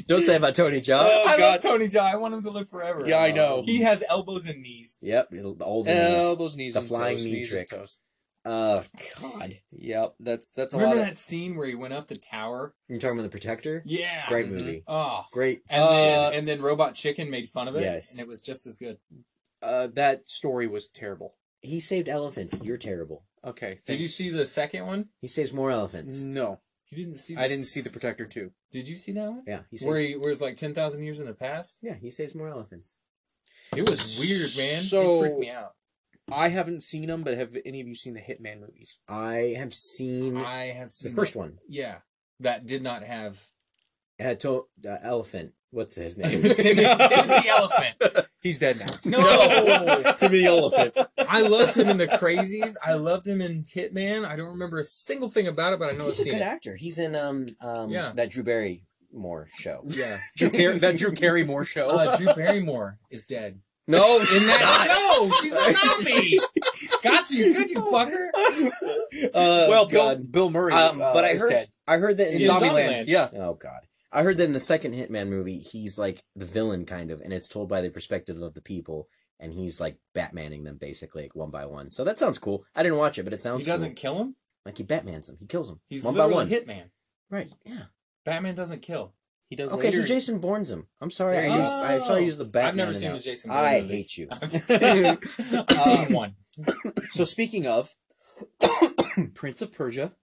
Speaker 3: Don't say about Tony Jaa.
Speaker 2: Oh,
Speaker 1: I
Speaker 2: God.
Speaker 1: love Tony Jaw. I want him to live forever.
Speaker 2: Yeah, I know.
Speaker 1: He has elbows and knees.
Speaker 3: Yep, it'll, the old knees.
Speaker 2: Elbows, knees,
Speaker 3: The
Speaker 2: and
Speaker 3: flying
Speaker 2: toes,
Speaker 3: knee
Speaker 2: knees and
Speaker 3: trick.
Speaker 2: toes.
Speaker 3: Oh God!
Speaker 2: Yep, that's that's a
Speaker 1: Remember
Speaker 2: lot.
Speaker 1: that scene where he went up the tower?
Speaker 3: You're talking about the Protector?
Speaker 1: Yeah.
Speaker 3: Great
Speaker 2: Mhm.
Speaker 3: movie.
Speaker 1: Oh.
Speaker 3: Great. Um,
Speaker 1: And
Speaker 2: Uh,
Speaker 1: then and then Robot Chicken made fun of it.
Speaker 3: Yes.
Speaker 1: And it was just as good.
Speaker 2: Of, uh, that story was terrible.
Speaker 3: He saved elephants. You're terrible.
Speaker 2: Okay.
Speaker 1: Did you
Speaker 2: thanks.
Speaker 1: see the second one?
Speaker 3: He saves more
Speaker 1: Mm.
Speaker 3: elephants.
Speaker 2: No,
Speaker 1: You didn't see.
Speaker 2: I didn't see the Protector two.
Speaker 1: Did you see that one?
Speaker 3: Yeah, he saves.
Speaker 1: Where he, where it's like ten thousand years in the past.
Speaker 3: yeah, he saves more elephants.
Speaker 1: It was weird, man.
Speaker 2: So-
Speaker 1: it freaked me out.
Speaker 2: I haven't seen them, but have any of you seen the Hitman movies?
Speaker 3: I have seen
Speaker 1: I have
Speaker 3: mm, the
Speaker 1: seen
Speaker 3: first one.
Speaker 1: Yeah, that did not have
Speaker 3: It had to- uh, elephant. What's his name?
Speaker 1: Timmy, Timmy the elephant.
Speaker 2: He's dead now.
Speaker 1: No,
Speaker 3: Timmy the elephant.
Speaker 1: I loved him in the Crazies. I loved him in Hitman. I don't remember a single thing about it, but I know I've
Speaker 3: He's a
Speaker 1: seen
Speaker 3: good
Speaker 1: it.
Speaker 3: actor. He's in um um
Speaker 1: Yeah.
Speaker 3: that Drew Barrymore show.
Speaker 1: Yeah,
Speaker 2: Drew Car- that Drew Carrymore show.
Speaker 1: uh, Drew Barrymore is dead
Speaker 3: No,
Speaker 1: in that show. She's a zombie. Got you, good you fucker.
Speaker 2: well, Uh, Bill,
Speaker 3: Uh, God.
Speaker 2: Bill Murray.
Speaker 3: Um,
Speaker 2: uh,
Speaker 3: but I
Speaker 2: is
Speaker 3: heard
Speaker 2: dead.
Speaker 3: I heard that
Speaker 2: in,
Speaker 3: in,
Speaker 1: In
Speaker 3: the-
Speaker 1: Zombie-
Speaker 2: Zombieland.
Speaker 1: Zombieland.
Speaker 2: Yeah,
Speaker 3: Oh God. I heard that in the second Hitman movie, he's like the villain kind of, and it's told by the perspective of the people, and he's like Batmaning them basically like one by one. So that sounds cool. I didn't watch it, but it sounds
Speaker 1: He doesn't
Speaker 3: cool.
Speaker 1: kill him.
Speaker 3: like he Batmans them. He kills them
Speaker 1: He's
Speaker 3: one by
Speaker 1: literally
Speaker 3: one.
Speaker 1: Hitman.
Speaker 3: Right? Yeah.
Speaker 1: Batman doesn't kill.
Speaker 2: He does
Speaker 3: Okay,
Speaker 2: later.
Speaker 3: he Jason Bournes them. I'm sorry, I
Speaker 2: There you
Speaker 3: used,
Speaker 1: go.
Speaker 3: I saw I used the Batman.
Speaker 1: Oh, I've never seen the
Speaker 3: analogy.
Speaker 1: Jason. Bourne
Speaker 3: I
Speaker 1: movie. Uh,
Speaker 3: hate you.
Speaker 1: I'm just kidding. I've seen Uh, one.
Speaker 2: so speaking of Prince of Persia,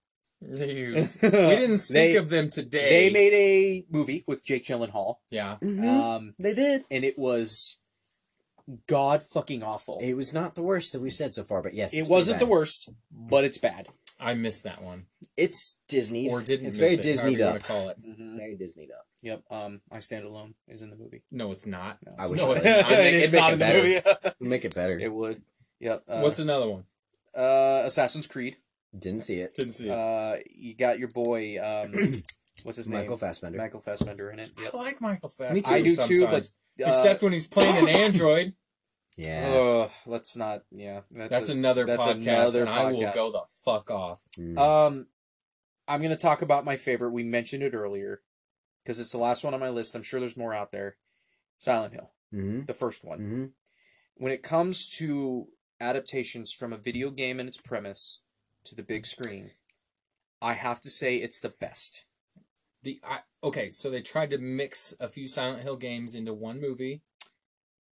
Speaker 1: News. We didn't speak
Speaker 2: They-
Speaker 1: of them today.
Speaker 2: They made a movie with Jake Gyllenhaal,
Speaker 1: yeah.
Speaker 3: Mhm.
Speaker 2: um,
Speaker 3: they did.
Speaker 2: and it was god fucking awful. It,
Speaker 3: It was not the worst that we've said so far, but yes, it's pretty
Speaker 2: wasn't the
Speaker 3: bad.
Speaker 2: worst, but it's bad.
Speaker 1: I missed that one,
Speaker 3: It's Disney
Speaker 1: or didn't.
Speaker 3: It's
Speaker 1: miss
Speaker 3: very
Speaker 1: it, however
Speaker 3: Disneyed
Speaker 1: you wanna
Speaker 3: up.
Speaker 1: Call it.
Speaker 3: Very Disneyed up.
Speaker 2: Yep. Um, I Stand Alone is in the movie.
Speaker 1: No, it's not.
Speaker 2: No,
Speaker 3: I
Speaker 2: it's
Speaker 3: wish
Speaker 2: not.
Speaker 1: I was- It'd make-
Speaker 2: it's
Speaker 3: it'd make
Speaker 2: not
Speaker 3: it
Speaker 2: in the
Speaker 3: better.
Speaker 2: movie.
Speaker 3: Make it better.
Speaker 2: it would. Yep. Uh,
Speaker 1: What's another one?
Speaker 2: uh, Assassin's Creed?
Speaker 3: Didn't see it.
Speaker 1: Didn't see. it.
Speaker 2: Uh, you got your boy. Um, what's his
Speaker 3: Michael
Speaker 2: name?
Speaker 3: Fassbender.
Speaker 2: Michael Fassbender in it. Yep. Uh,
Speaker 1: I like Michael Fassbender.
Speaker 3: Me too.
Speaker 2: I do too, but
Speaker 1: sometimes.
Speaker 2: uh,
Speaker 1: except when he's playing an android. Oh.
Speaker 3: yeah.
Speaker 2: ugh, let's not. Yeah, that's,
Speaker 1: That's
Speaker 2: a-
Speaker 1: another
Speaker 2: that's
Speaker 1: podcast,
Speaker 2: another
Speaker 1: and I will
Speaker 2: podcast.
Speaker 1: go the fuck off.
Speaker 3: Mm.
Speaker 2: Um, I'm gonna talk about my favorite. We mentioned it earlier because it's the last one on my list. I'm sure there's more out there. Silent Hill,
Speaker 3: Mhm.
Speaker 2: the first
Speaker 1: Mm.
Speaker 2: one.
Speaker 3: Mhm.
Speaker 2: When it comes to adaptations from a video game and its premise to the big screen, I have to say it's the best.
Speaker 1: The I, okay, so they tried to mix a few Silent Hill games into one movie.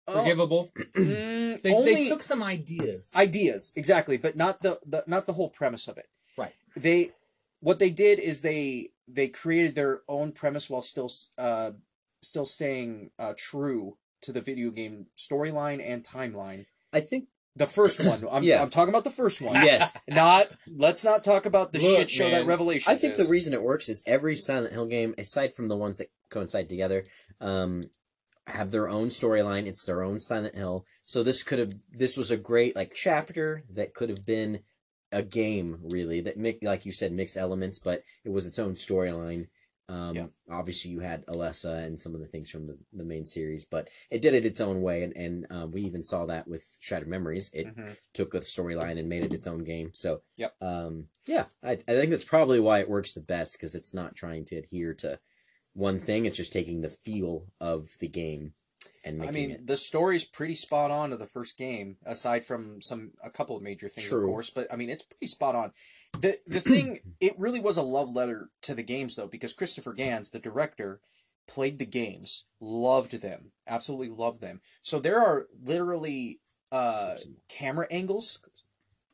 Speaker 1: Forgivable.
Speaker 2: Oh, mm,
Speaker 1: They,
Speaker 2: only
Speaker 1: they took some ideas.
Speaker 2: ideas exactly, but not the, the not the whole premise of it.
Speaker 1: Right.
Speaker 2: They what they did is they they created their own premise while still uh still staying uh true to the video game storyline and timeline.
Speaker 3: I think
Speaker 2: The first one. I'm
Speaker 3: Yeah.
Speaker 2: I'm talking about the first one.
Speaker 3: yes.
Speaker 2: Not let's not talk about the
Speaker 1: Look,
Speaker 2: shit show
Speaker 1: man,
Speaker 2: that Revelation.
Speaker 3: I think the reason it works is every Silent Hill game, aside from the ones that coincide together, um, have their own storyline. It's their own Silent Hill. So this could have this was a great like chapter that could have been a game really that mi- like you said mixed elements, but it was its own storyline. Um,
Speaker 2: Yeah.
Speaker 3: obviously you had Alessa and some of the things from the, the main series, but it did it its own way. And, and, um, we even saw that with Shattered Memories. It
Speaker 2: Mhm.
Speaker 3: took a storyline and made it its own game. So,
Speaker 2: Yep.
Speaker 3: um, yeah, I, I think that's probably why it works the best because it's not trying to adhere to one thing. It's just taking the feel of the game and
Speaker 2: I
Speaker 3: making
Speaker 2: mean,
Speaker 3: it.
Speaker 2: the story's pretty spot on to the first game, aside from some a couple of major things,
Speaker 3: True.
Speaker 2: of course. But I mean, it's pretty spot on. the The thing, it really was a love letter to the games, though, because Christopher Gans, the director, played the games, loved them, absolutely loved them. So there are literally uh, camera angles.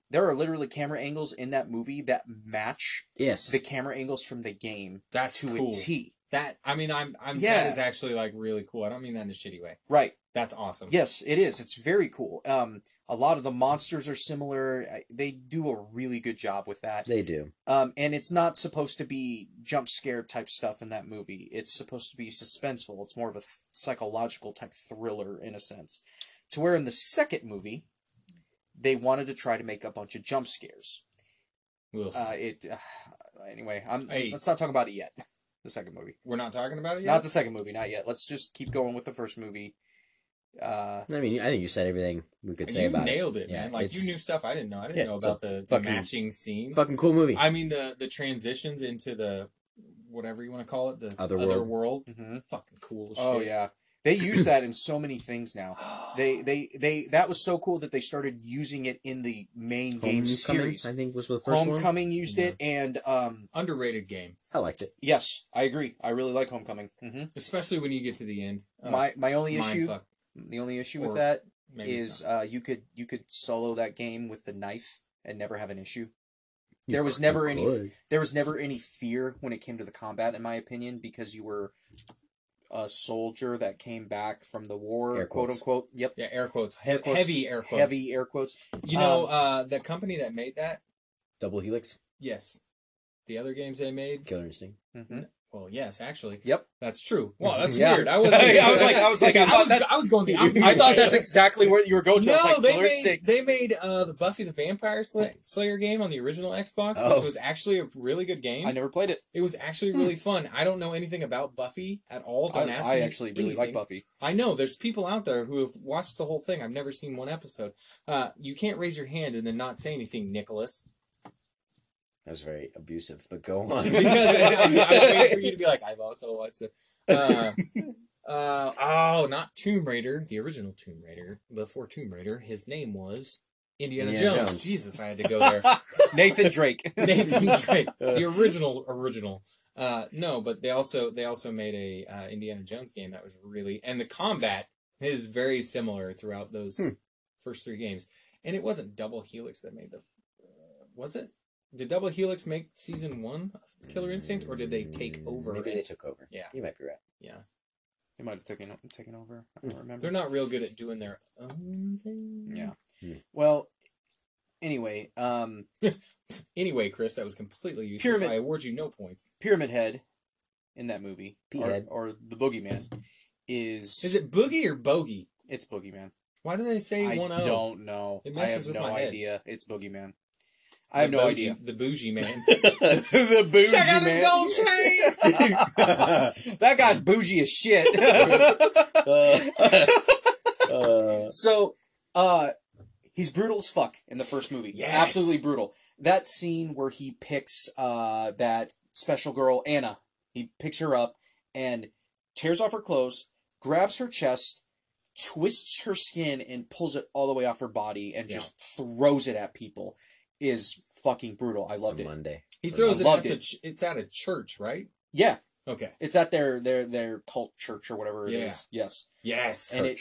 Speaker 2: There are literally camera angles in that movie that match
Speaker 3: Yes,
Speaker 2: the camera angles from the game
Speaker 1: That's
Speaker 2: to
Speaker 1: cool.
Speaker 2: a T.
Speaker 1: That I mean, I'm I'm
Speaker 2: Yeah.
Speaker 1: that is actually like really cool. I don't mean that in a shitty way.
Speaker 2: Right.
Speaker 1: That's awesome.
Speaker 2: Yes, it is. It's very cool. Um, a lot of the monsters are similar. I- They do a really good job with that.
Speaker 3: they do.
Speaker 2: Um, and it's not supposed to be jump scare type stuff in that movie. It's supposed to be suspenseful. It's more of a th- psychological type thriller in a sense. To where in the second movie, they wanted to try to make a bunch of jump scares.
Speaker 1: Ugh.
Speaker 2: Uh, it uh, anyway. I'm
Speaker 1: Hey.
Speaker 2: let's not talk about it yet. The second movie,
Speaker 1: We're not talking about it yet.
Speaker 2: not the second movie, not yet. Let's just keep going with the first movie. Uh,
Speaker 3: I mean, I think you said everything we could say
Speaker 1: you
Speaker 3: about it.
Speaker 1: nailed it,
Speaker 3: Yeah,
Speaker 1: man. Like
Speaker 3: it's-
Speaker 1: you knew stuff I didn't know. I didn't
Speaker 3: Yeah,
Speaker 1: know
Speaker 3: it's a
Speaker 1: about the, the
Speaker 3: fucking-
Speaker 1: matching scenes.
Speaker 3: Fucking cool movie.
Speaker 1: I mean the the transitions into the whatever you want to call it, the
Speaker 3: Other
Speaker 1: other, world.
Speaker 3: world.
Speaker 2: mhm.
Speaker 1: Fucking cool as
Speaker 2: Oh
Speaker 1: shit.
Speaker 2: yeah, they use that in so many things now. They they they that was so cool that they started using it in the main game
Speaker 3: Homecoming,
Speaker 2: series.
Speaker 3: I think was the first one.
Speaker 2: Homecoming used it, and um,
Speaker 1: underrated game,
Speaker 3: I liked it.
Speaker 2: yes, I agree. I really like Homecoming. hmm
Speaker 1: especially when you get to the end. Oh,
Speaker 2: my my only
Speaker 1: mind
Speaker 2: issue,
Speaker 1: fuck.
Speaker 2: the only issue with
Speaker 1: Or
Speaker 2: that
Speaker 1: Maybe it's
Speaker 2: is
Speaker 1: not.
Speaker 2: uh, you could you could solo that game with the knife and never have an issue.
Speaker 3: You
Speaker 2: There was
Speaker 3: c-
Speaker 2: never
Speaker 3: you
Speaker 2: any-
Speaker 3: could.
Speaker 2: There was never any fear when it came to the combat, in my opinion, because you were a soldier that came back from the war,
Speaker 3: Air
Speaker 2: quote
Speaker 3: quotes.
Speaker 2: unquote. Yep,
Speaker 1: yeah, air quotes, he-
Speaker 2: quotes.
Speaker 1: heavy air quotes.
Speaker 2: heavy um, air quotes.
Speaker 1: You know, uh, the company that made that,
Speaker 3: double helix
Speaker 1: yes. The other games they made,
Speaker 3: killer instinct.
Speaker 2: Mm-hmm.
Speaker 1: well, yes, actually,
Speaker 2: Yep.
Speaker 1: That's true. Wow, that's
Speaker 2: Yeah.
Speaker 1: weird. I wasn't.
Speaker 2: I was like- I was like, I thought
Speaker 1: was,
Speaker 2: that's-
Speaker 1: I was going the opposite.
Speaker 2: I thought
Speaker 1: way.
Speaker 2: that's exactly where you were going to. I was
Speaker 1: No,
Speaker 2: like,
Speaker 1: they
Speaker 2: Killer
Speaker 1: made,
Speaker 2: Instinct.
Speaker 1: they made uh, the Buffy the Vampire Sla- Slayer game on the original Xbox,
Speaker 3: Oh.
Speaker 1: which was actually a really good game.
Speaker 2: I never played it.
Speaker 1: It was actually really fun. I don't know anything about Buffy at all.
Speaker 2: I,
Speaker 1: Don't ask
Speaker 2: I
Speaker 1: me
Speaker 2: actually really like
Speaker 1: anything.
Speaker 2: Buffy.
Speaker 1: I know there's people out there who have watched the whole thing. I've never seen one episode. Uh, you can't raise your hand and then not say anything, Nicholas,
Speaker 3: That was very abusive, but go on.
Speaker 2: uh,
Speaker 1: because I, I, I was waiting for you to be like, I've also watched it. Uh, Uh, oh, not Tomb Raider, the original Tomb Raider, before Tomb Raider, his name was Indiana,
Speaker 3: Indiana
Speaker 1: Jones.
Speaker 3: Jones.
Speaker 1: Jesus, I had to go there.
Speaker 2: uh, Nathan Drake.
Speaker 1: Nathan Drake, the original original. Uh, no, but they also they also made a uh, Indiana Jones game that was really and the combat is very similar throughout those
Speaker 2: Hmm.
Speaker 1: first three games. And it wasn't Double Helix that made the uh, was it? Did Double Helix make season one of Killer Instinct, or did they take over?
Speaker 3: Maybe they
Speaker 1: it?
Speaker 3: took over.
Speaker 1: Yeah.
Speaker 3: You might be right.
Speaker 1: Yeah,
Speaker 2: He might have taken taken over. I don't remember.
Speaker 1: they're not real good at doing their own thing.
Speaker 2: Yeah.
Speaker 3: Hmm.
Speaker 2: Well, anyway, um,
Speaker 1: Anyway, Chris, that was completely useless.
Speaker 2: Pyramid-
Speaker 1: I award you no points.
Speaker 2: Pyramid Head in that movie, or,
Speaker 3: P-head.
Speaker 2: or the Boogeyman, is
Speaker 1: Is it boogie or bogey?
Speaker 2: it's Boogeyman.
Speaker 1: Why do they say
Speaker 2: I
Speaker 1: one O?
Speaker 2: don't know.
Speaker 1: It
Speaker 2: I
Speaker 1: messes
Speaker 2: have
Speaker 1: with
Speaker 2: no
Speaker 1: my head.
Speaker 2: idea. It's Boogeyman. I have no
Speaker 1: bougie,
Speaker 2: idea.
Speaker 1: The bougie man.
Speaker 2: the bougie
Speaker 1: Check out his gold
Speaker 2: man.
Speaker 1: chain!
Speaker 2: that guy's bougie as shit.
Speaker 3: Uh, uh,
Speaker 2: so, uh, he's brutal as fuck in the first movie.
Speaker 1: Yes.
Speaker 2: Absolutely brutal. That scene where he picks uh, that special girl, Anna, he picks her up and tears off her clothes, grabs her chest, twists her skin, and pulls it all the way off her body and
Speaker 1: Yeah.
Speaker 2: just throws it at people is fucking brutal. I loved
Speaker 3: it's a
Speaker 2: it.
Speaker 3: Monday.
Speaker 1: He throws
Speaker 2: I
Speaker 1: it at
Speaker 2: loved
Speaker 1: the.
Speaker 2: it.
Speaker 1: Ch- it's at a church, right?
Speaker 2: Yeah,
Speaker 1: Okay.
Speaker 2: it's at their their their cult church or whatever it is.
Speaker 1: Yeah.
Speaker 2: Yes.
Speaker 1: Yes.
Speaker 2: And it-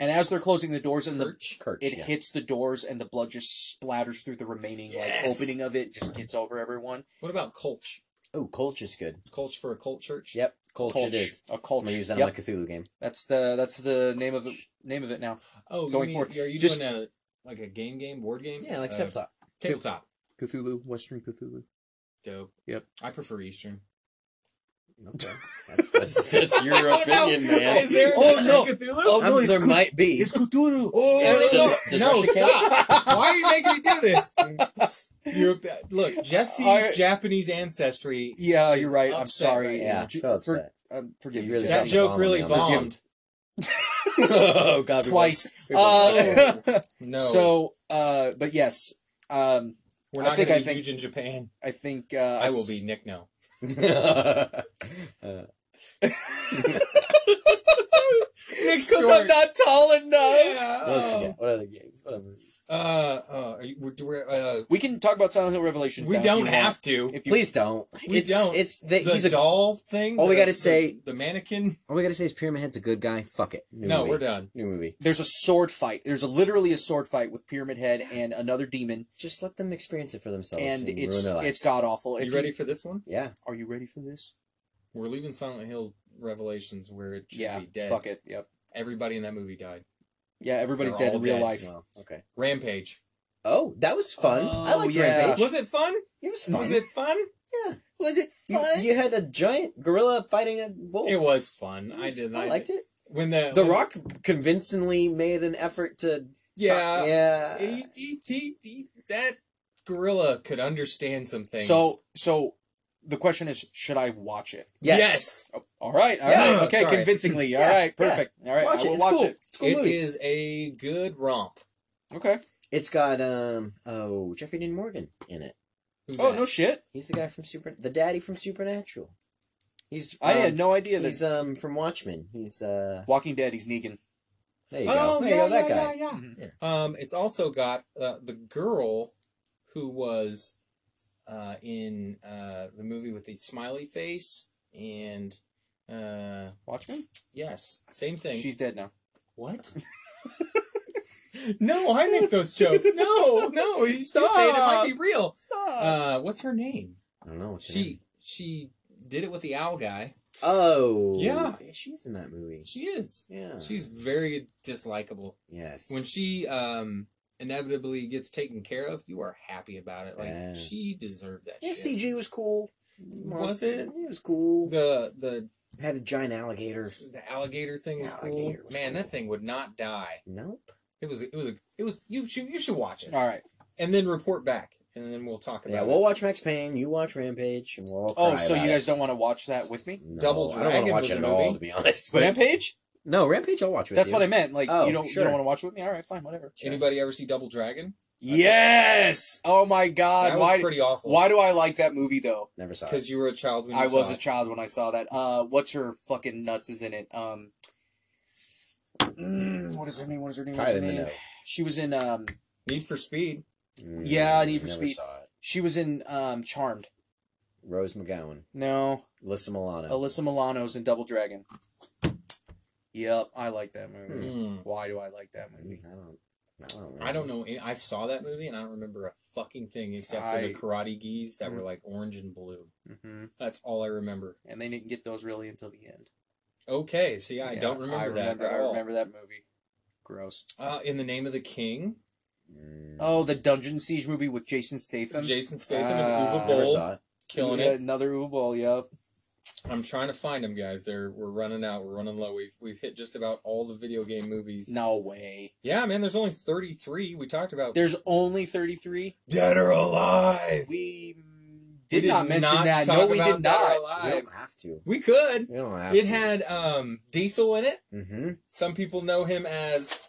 Speaker 2: And as they're closing the doors and the
Speaker 1: Church.
Speaker 3: Kirch,
Speaker 2: it
Speaker 3: yeah.
Speaker 2: hits the doors and the blood just splatters through the remaining like
Speaker 1: Yes.
Speaker 2: opening of it, just gets over everyone.
Speaker 1: What about Colch?
Speaker 3: Oh, Colch is good.
Speaker 1: Colch for a cult church?
Speaker 3: Yep, Colch,
Speaker 2: Culch.
Speaker 3: it is.
Speaker 2: A
Speaker 3: I'm
Speaker 2: culture.
Speaker 3: gonna use that
Speaker 2: Yep.
Speaker 3: on the Cthulhu game.
Speaker 2: That's the that's the name of it name of it now.
Speaker 1: Oh, you
Speaker 2: Going
Speaker 1: mean,
Speaker 2: forward,
Speaker 1: Are you
Speaker 2: just-
Speaker 1: doing a like a game game board game?
Speaker 3: Yeah, like
Speaker 1: Uh,
Speaker 3: Tip Top.
Speaker 1: Tabletop.
Speaker 2: Cthulhu, Western Cthulhu.
Speaker 1: Dope.
Speaker 2: Yep.
Speaker 1: I prefer Eastern.
Speaker 3: Okay. That's, that's, that's your
Speaker 1: I don't know.
Speaker 3: opinion, man.
Speaker 1: Is there an
Speaker 2: Oh,
Speaker 1: Eastern
Speaker 2: no.
Speaker 1: Cthulhu?
Speaker 2: Oh,
Speaker 3: Um,
Speaker 2: no, it's
Speaker 3: there
Speaker 2: Cth-
Speaker 3: might be.
Speaker 2: It's Cthulhu.
Speaker 1: Oh,
Speaker 3: Does-
Speaker 1: no,
Speaker 3: does
Speaker 1: no,
Speaker 3: Russia
Speaker 1: stop! Why are you making me do this? You're, look, Jesse's
Speaker 2: I-
Speaker 1: Japanese ancestry.
Speaker 2: Yeah, you're
Speaker 1: It's
Speaker 2: right. I'm
Speaker 1: upset right
Speaker 2: sorry.
Speaker 1: now.
Speaker 3: Yeah,
Speaker 2: Ju-
Speaker 3: so
Speaker 2: for-
Speaker 3: upset.
Speaker 2: um, forgive
Speaker 3: You
Speaker 2: me.
Speaker 3: really
Speaker 2: Jesse.
Speaker 1: That
Speaker 3: That's
Speaker 1: joke
Speaker 3: bomb
Speaker 1: really
Speaker 3: on the other
Speaker 1: bombed.
Speaker 3: oh God, we
Speaker 2: twice.
Speaker 3: both- we both-
Speaker 2: Uh,
Speaker 1: No,
Speaker 2: So, uh, but yes, um,
Speaker 1: we're
Speaker 2: I
Speaker 1: not
Speaker 2: think-
Speaker 1: going
Speaker 2: I
Speaker 1: to be
Speaker 2: think-
Speaker 1: huge in Japan.
Speaker 2: I think uh,
Speaker 1: I will be Nick. No,
Speaker 3: Uh,
Speaker 2: because I'm not tall enough.
Speaker 3: what else you got? What other games? What other movies?
Speaker 1: Uh, uh, are you, we're, we're, uh,
Speaker 2: We can talk about Silent Hill Revelations.
Speaker 1: we
Speaker 2: now if you
Speaker 1: don't
Speaker 2: want.
Speaker 1: have to.
Speaker 2: If you-
Speaker 3: Please don't.
Speaker 1: We
Speaker 3: it's,
Speaker 1: don't.
Speaker 3: It's the,
Speaker 1: The
Speaker 3: he's a.
Speaker 1: doll thing.
Speaker 3: All we
Speaker 1: the-
Speaker 3: gotta
Speaker 1: the-
Speaker 3: say-
Speaker 1: the mannequin.
Speaker 3: All we gotta say is Pyramid Head's a good guy. Fuck it. New
Speaker 1: no,
Speaker 3: movie.
Speaker 1: we're done.
Speaker 3: New movie.
Speaker 2: There's a sword fight. There's a, literally a sword fight with Pyramid Head and another demon,
Speaker 3: Just let them experience it for themselves
Speaker 2: and
Speaker 3: and,
Speaker 2: it's
Speaker 3: ruin their lives.
Speaker 2: it's god awful.
Speaker 1: you ready for this one?
Speaker 3: Yeah.
Speaker 2: Are you ready for this?
Speaker 1: We're leaving Silent Hill Revelations where it should
Speaker 2: yeah.
Speaker 1: be dead.
Speaker 2: Fuck it. Yep.
Speaker 1: Everybody in that movie died.
Speaker 2: Yeah. Everybody's
Speaker 1: They're
Speaker 2: dead in
Speaker 1: all
Speaker 2: real
Speaker 1: dead.
Speaker 2: life.
Speaker 3: Well, okay.
Speaker 1: Rampage.
Speaker 3: Oh, that was fun. I
Speaker 2: Oh,
Speaker 3: liked
Speaker 2: yeah.
Speaker 3: Rampage.
Speaker 1: Was it fun?
Speaker 3: It was fun.
Speaker 1: Was it fun?
Speaker 3: Yeah.
Speaker 2: Was it
Speaker 3: You, you had a giant gorilla fighting a wolf.
Speaker 1: It was fun.
Speaker 3: It
Speaker 1: I
Speaker 3: was-
Speaker 1: did.
Speaker 3: I liked it.
Speaker 1: When the
Speaker 3: The
Speaker 1: when-
Speaker 3: Rock convincingly made an effort to.
Speaker 1: Yeah.
Speaker 3: yeah.
Speaker 1: He- he- he- he- that gorilla could understand some things.
Speaker 2: So so, the question is, should I watch it?
Speaker 3: Yes.
Speaker 1: yes.
Speaker 2: Oh, all right. All
Speaker 3: Yeah.
Speaker 2: right. Okay.
Speaker 1: Sorry.
Speaker 2: Convincingly. All
Speaker 3: Yeah,
Speaker 2: right. Perfect. All right.
Speaker 3: Watch
Speaker 2: I
Speaker 3: it.
Speaker 2: will
Speaker 3: It's
Speaker 2: watch
Speaker 3: cool.
Speaker 2: it.
Speaker 3: It's a cool
Speaker 1: It
Speaker 3: movie.
Speaker 1: is a good romp.
Speaker 2: Okay.
Speaker 3: It's got um oh Jeffrey Dean Morgan in it.
Speaker 1: Who's
Speaker 2: Oh
Speaker 1: that?
Speaker 2: no shit!
Speaker 3: He's the guy from Super, the daddy from Supernatural. He's
Speaker 2: I
Speaker 3: um,
Speaker 2: had no idea that
Speaker 3: He's um from Watchmen. He's uh
Speaker 2: Walking Dead. He's Negan. Hmm.
Speaker 3: there you
Speaker 1: oh,
Speaker 3: go. There
Speaker 1: yeah,
Speaker 3: you go. That
Speaker 1: yeah,
Speaker 3: guy.
Speaker 1: yeah, yeah. Um, it's also got uh, the girl who was uh, in uh, the movie with the smiley face and uh,
Speaker 2: Watchmen.
Speaker 1: yes, same thing.
Speaker 2: She's dead now.
Speaker 1: what? no, I make those jokes. No, no, you
Speaker 2: Stop.
Speaker 1: say it, it might be real.
Speaker 2: Stop.
Speaker 1: Uh, what's her name?
Speaker 3: I don't know what
Speaker 1: She she did it with the owl guy.
Speaker 3: Oh
Speaker 1: Yeah.
Speaker 3: she's in that movie.
Speaker 1: She is.
Speaker 3: Yeah.
Speaker 1: She's very dislikable.
Speaker 3: yes.
Speaker 1: When she um inevitably gets taken care of, you are happy about it. Like
Speaker 3: Yeah.
Speaker 1: she deserved that
Speaker 3: yeah,
Speaker 1: shit.
Speaker 3: CG was cool.
Speaker 1: Was it?
Speaker 3: It was cool.
Speaker 1: The the
Speaker 3: Had a giant alligator.
Speaker 1: the alligator thing was cool.
Speaker 3: Alligator was
Speaker 1: Man, that
Speaker 3: cool.
Speaker 1: thing would not die.
Speaker 3: Nope.
Speaker 1: It was it was a it was you should you should watch it.
Speaker 2: All right.
Speaker 1: And then report back and then we'll talk about
Speaker 3: Yeah,
Speaker 1: it.
Speaker 3: we'll watch Max Payne. You watch Rampage, and we'll. all
Speaker 2: Oh,
Speaker 3: cry
Speaker 2: so
Speaker 3: about
Speaker 2: you
Speaker 3: it.
Speaker 2: guys don't want to watch that with me?
Speaker 3: No,
Speaker 1: Double
Speaker 3: I don't want
Speaker 1: Dragon
Speaker 3: to watch
Speaker 1: was
Speaker 3: it
Speaker 1: a
Speaker 3: at all,
Speaker 1: movie?
Speaker 3: to be honest. But
Speaker 2: Rampage?
Speaker 3: no, Rampage, I'll watch with
Speaker 2: That's
Speaker 3: you.
Speaker 2: what I meant. Like
Speaker 3: Oh,
Speaker 2: you don't you
Speaker 3: sure.
Speaker 2: don't want to watch it with me? All right, fine, whatever.
Speaker 1: Anybody ever see Double Dragon?
Speaker 2: Yes. Oh my God.
Speaker 3: Uh,
Speaker 1: that was
Speaker 2: Why?
Speaker 1: pretty awful.
Speaker 2: Why do I like that movie though?
Speaker 3: Never saw it.
Speaker 1: Because you were a child when you
Speaker 2: I was
Speaker 1: saw
Speaker 2: a child when I saw that. Uh, what's her fucking nuts is in it? Um, mm, what is her name? What is her name? What is her
Speaker 3: Kylie
Speaker 2: name?
Speaker 3: Minogue.
Speaker 2: She was in. Um,
Speaker 1: it. Need for Speed.
Speaker 3: Mm,
Speaker 2: Yeah, Need for
Speaker 3: never
Speaker 2: Speed.
Speaker 3: saw it.
Speaker 2: she was in um, Charmed.
Speaker 3: Rose McGowan,
Speaker 2: No,
Speaker 3: Alyssa Milano.
Speaker 2: Alyssa Milano's in Double Dragon. Yep, I like that movie.
Speaker 1: Mm.
Speaker 2: Why do I like that movie?
Speaker 3: I don't. I don't.
Speaker 2: Hmm.
Speaker 1: I don't know. any- I saw that movie and I don't remember a fucking thing except for
Speaker 2: I-
Speaker 1: the karate geese that
Speaker 2: Mm.
Speaker 1: were like orange and blue.
Speaker 2: hmm
Speaker 1: That's all I remember.
Speaker 2: And they didn't get those really until the end.
Speaker 1: Okay, see, I
Speaker 2: Yeah,
Speaker 1: don't remember,
Speaker 2: I remember,
Speaker 1: that. at
Speaker 2: I
Speaker 1: all.
Speaker 2: remember that movie. Gross.
Speaker 1: Uh, in the name of the king,
Speaker 3: Mm,
Speaker 2: Oh, the Dungeon Siege movie with Jason Statham.
Speaker 1: Jason Statham
Speaker 2: Ah.
Speaker 1: and Uwe
Speaker 3: never
Speaker 1: Boll
Speaker 3: saw it.
Speaker 1: killing
Speaker 2: Yeah,
Speaker 1: it.
Speaker 2: Another Uwe Boll, yep.
Speaker 1: I'm trying to find them, guys. They're we're running out. We're running low. We've we've hit just about all the video game movies.
Speaker 2: No way.
Speaker 1: Yeah, man. There's only 33. We talked about.
Speaker 2: There's only 33.
Speaker 1: Dead or alive.
Speaker 2: We
Speaker 1: We
Speaker 2: did, not mention that. No,
Speaker 1: talk
Speaker 2: we
Speaker 1: about
Speaker 2: did
Speaker 1: Dead or
Speaker 2: not.
Speaker 3: We
Speaker 1: Alive.
Speaker 3: don't have to.
Speaker 1: We could.
Speaker 3: We don't have
Speaker 1: It
Speaker 3: to.
Speaker 1: had um, Diesel in it.
Speaker 3: Mm-hmm.
Speaker 1: Some people know him as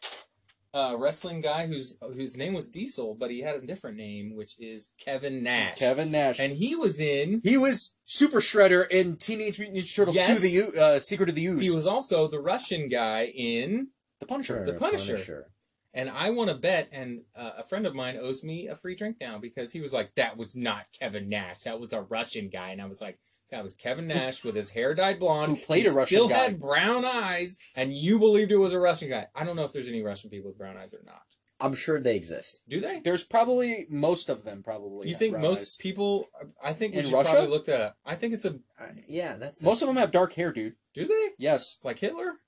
Speaker 1: a wrestling guy whose whose name was Diesel, but he had a different name, which is Kevin Nash.
Speaker 2: Kevin Nash.
Speaker 1: And he was in.
Speaker 2: he was Super Shredder in Teenage Mutant Ninja Turtles
Speaker 1: Yes.
Speaker 2: 2, the uh, Secret of the Ooze.
Speaker 1: He was also the Russian guy in.
Speaker 2: the Punisher.
Speaker 1: The Punisher. And I want to bet, and uh, a friend of mine owes me a free drink now because he was like, "That was not Kevin Nash. That was a Russian guy." And I was like, "That was Kevin Nash with his hair dyed blonde,
Speaker 2: Who played
Speaker 1: He
Speaker 2: a Russian
Speaker 1: still
Speaker 2: guy.
Speaker 1: had brown eyes, and you believed it was a Russian guy." I don't know if there's any Russian people with brown eyes or not.
Speaker 3: I'm sure they exist.
Speaker 1: Do they?
Speaker 2: There's probably most of them, probably.
Speaker 1: you
Speaker 2: have
Speaker 1: think
Speaker 2: brown
Speaker 1: most
Speaker 2: eyes.
Speaker 1: people? I think we
Speaker 2: In
Speaker 1: should
Speaker 2: Russia?
Speaker 1: probably look that up. I think it's a.
Speaker 3: I- yeah, that's
Speaker 2: Most of them have dark hair, dude.
Speaker 1: Do they
Speaker 2: Yes.
Speaker 1: like Hitler?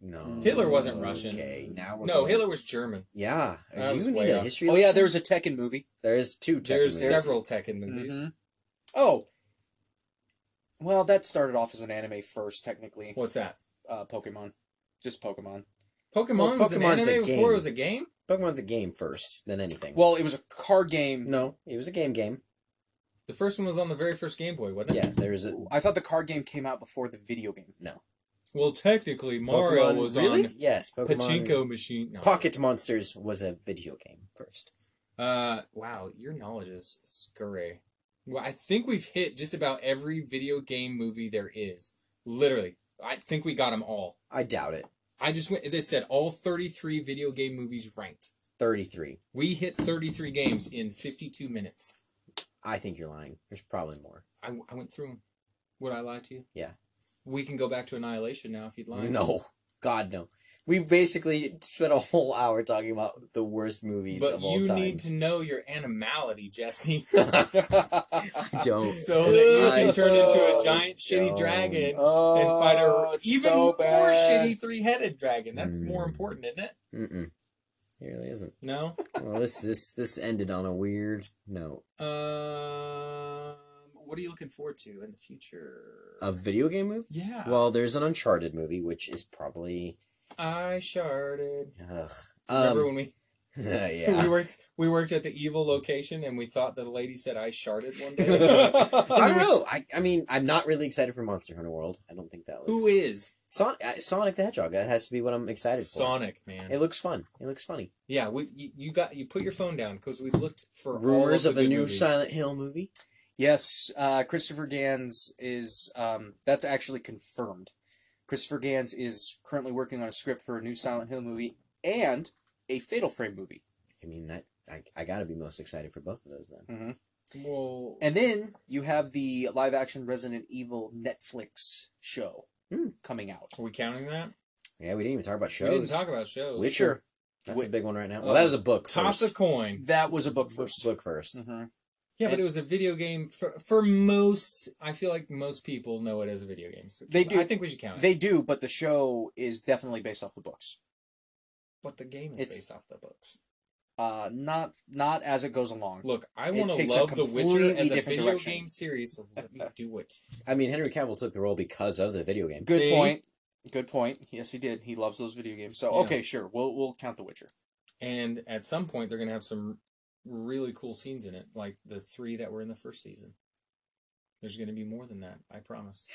Speaker 3: No,
Speaker 1: Hitler wasn't Russian.
Speaker 3: Okay, now we're
Speaker 1: No,
Speaker 3: going-
Speaker 1: Hitler was German.
Speaker 3: Yeah,
Speaker 1: That
Speaker 3: do
Speaker 1: was
Speaker 3: you need
Speaker 1: way
Speaker 3: a
Speaker 1: off.
Speaker 3: history?
Speaker 2: Oh, yeah,
Speaker 3: lesson?
Speaker 2: there was a Tekken movie.
Speaker 3: there's two.
Speaker 1: There's
Speaker 3: technically.
Speaker 1: several Tekken movies.
Speaker 2: Mhm. Oh. Well, that started off as an anime first, technically.
Speaker 1: What's that?
Speaker 2: Uh, Pokemon. Just Pokemon.
Speaker 1: Pokemon was an
Speaker 3: Pokemon's a
Speaker 1: anime before
Speaker 3: game.
Speaker 1: it was a game.
Speaker 3: Pokemon's a game first, then anything.
Speaker 2: Well, it was a card game.
Speaker 3: no, it was a game game.
Speaker 1: The first one was on the very first Game Boy, wasn't it?
Speaker 3: Yeah, there's a
Speaker 2: I thought the card game came out before the video game.
Speaker 1: Well, technically, Mario
Speaker 3: Pokemon-
Speaker 1: was
Speaker 3: really
Speaker 1: on
Speaker 3: yes. Pokemon
Speaker 1: Pachinko Machine. No.
Speaker 3: Pocket Monsters was a video game first.
Speaker 1: Uh, wow, your knowledge is scurry. Well, I think we've hit just about every video game movie there is. Literally, I think we got them all.
Speaker 3: I doubt it.
Speaker 1: I just went. It said all thirty-three video game movies ranked.
Speaker 3: Thirty-three.
Speaker 1: We hit thirty-three games in fifty-two minutes.
Speaker 3: I think you're lying. There's probably more.
Speaker 1: I, I went through them. Would I lie to you?
Speaker 3: Yeah.
Speaker 1: We can go back to Annihilation now if you'd like.
Speaker 3: No, God no. We basically spent a whole hour talking about the worst movies
Speaker 1: But
Speaker 3: of all
Speaker 1: you
Speaker 3: time.
Speaker 1: need to know your animality, Jesse.
Speaker 3: Don't.
Speaker 1: so that you
Speaker 3: Oh, I
Speaker 1: can turn into a
Speaker 2: so
Speaker 1: giant shitty
Speaker 3: don't.
Speaker 1: dragon
Speaker 2: oh,
Speaker 1: and fight a
Speaker 2: it's
Speaker 1: even
Speaker 2: so
Speaker 1: more
Speaker 2: bad.
Speaker 1: shitty three-headed dragon. That's more
Speaker 3: Mm.
Speaker 1: important, isn't it?
Speaker 3: Mm-mm. It really isn't.
Speaker 1: No.
Speaker 3: Well, this this this ended on a weird note.
Speaker 1: Um, what are you looking forward to in the future?
Speaker 3: A video game movie?
Speaker 1: Yeah.
Speaker 3: Well, there's an Uncharted movie, which is probably.
Speaker 1: I sharded.
Speaker 3: Ugh.
Speaker 1: Remember when
Speaker 3: Um,
Speaker 1: we we
Speaker 3: yeah.
Speaker 1: worked we worked at the evil location and we thought the lady said I sharded one day.
Speaker 3: I
Speaker 2: I
Speaker 3: don't know. I, I mean, I'm not really excited for Monster Hunter World. I don't think that looks.
Speaker 1: Who is
Speaker 3: Son- uh, Sonic the Hedgehog? That has to be what I'm excited for.
Speaker 1: Sonic,
Speaker 3: It
Speaker 1: man?
Speaker 3: looks fun. It looks funny.
Speaker 1: Yeah, we you, you got you put your phone down because we looked for
Speaker 3: Rumors
Speaker 1: all of
Speaker 3: of
Speaker 1: the
Speaker 3: a
Speaker 1: good
Speaker 3: new
Speaker 1: movies.
Speaker 3: Silent Hill movie.
Speaker 2: Yes, uh, Christopher Gans is. Um, that's actually confirmed. Christopher Gans is currently working on a script for a new Silent Hill movie and a Fatal Frame movie.
Speaker 3: I mean, that I, I gotta be most excited for both of those then.
Speaker 2: Mm-hmm.
Speaker 1: Well,
Speaker 2: And then you have the live action Resident Evil Netflix show
Speaker 3: Hmm.
Speaker 2: coming out.
Speaker 1: are we counting that?
Speaker 3: Yeah, we didn't even talk about shows.
Speaker 1: We didn't talk about shows.
Speaker 3: Witcher. That's
Speaker 2: Wit-
Speaker 3: a big one right now.
Speaker 1: Uh,
Speaker 3: Well, that was a book.
Speaker 1: Toss a
Speaker 3: first.
Speaker 1: coin.
Speaker 2: That was a book
Speaker 3: Book
Speaker 2: 1st
Speaker 3: Book 1st
Speaker 2: Mm-hmm.
Speaker 1: Yeah, but
Speaker 2: And-
Speaker 1: it was a video game for for most. I feel like most people know it as a video game. So
Speaker 2: They do.
Speaker 1: I think we should count it.
Speaker 2: They do, but the show is definitely based off the books.
Speaker 1: but the game is
Speaker 2: It's-
Speaker 1: based off the books.
Speaker 2: Uh, not not as it goes along.
Speaker 1: Look, I
Speaker 2: It
Speaker 1: want to
Speaker 2: takes a
Speaker 1: love The Witcher
Speaker 2: completely
Speaker 1: as a
Speaker 2: different
Speaker 1: video
Speaker 2: direction.
Speaker 1: game series. So let me do it.
Speaker 3: I mean, Henry Cavill took the role because of the video game.
Speaker 2: Good
Speaker 1: See?
Speaker 2: point. Good point. Yes, he did. He loves those video games. So
Speaker 1: Yeah.
Speaker 2: okay, sure. We'll we'll count The Witcher.
Speaker 1: And at some point, they're gonna have some really cool scenes in it, like the three that were in the first season. There's gonna be more than that. I promise.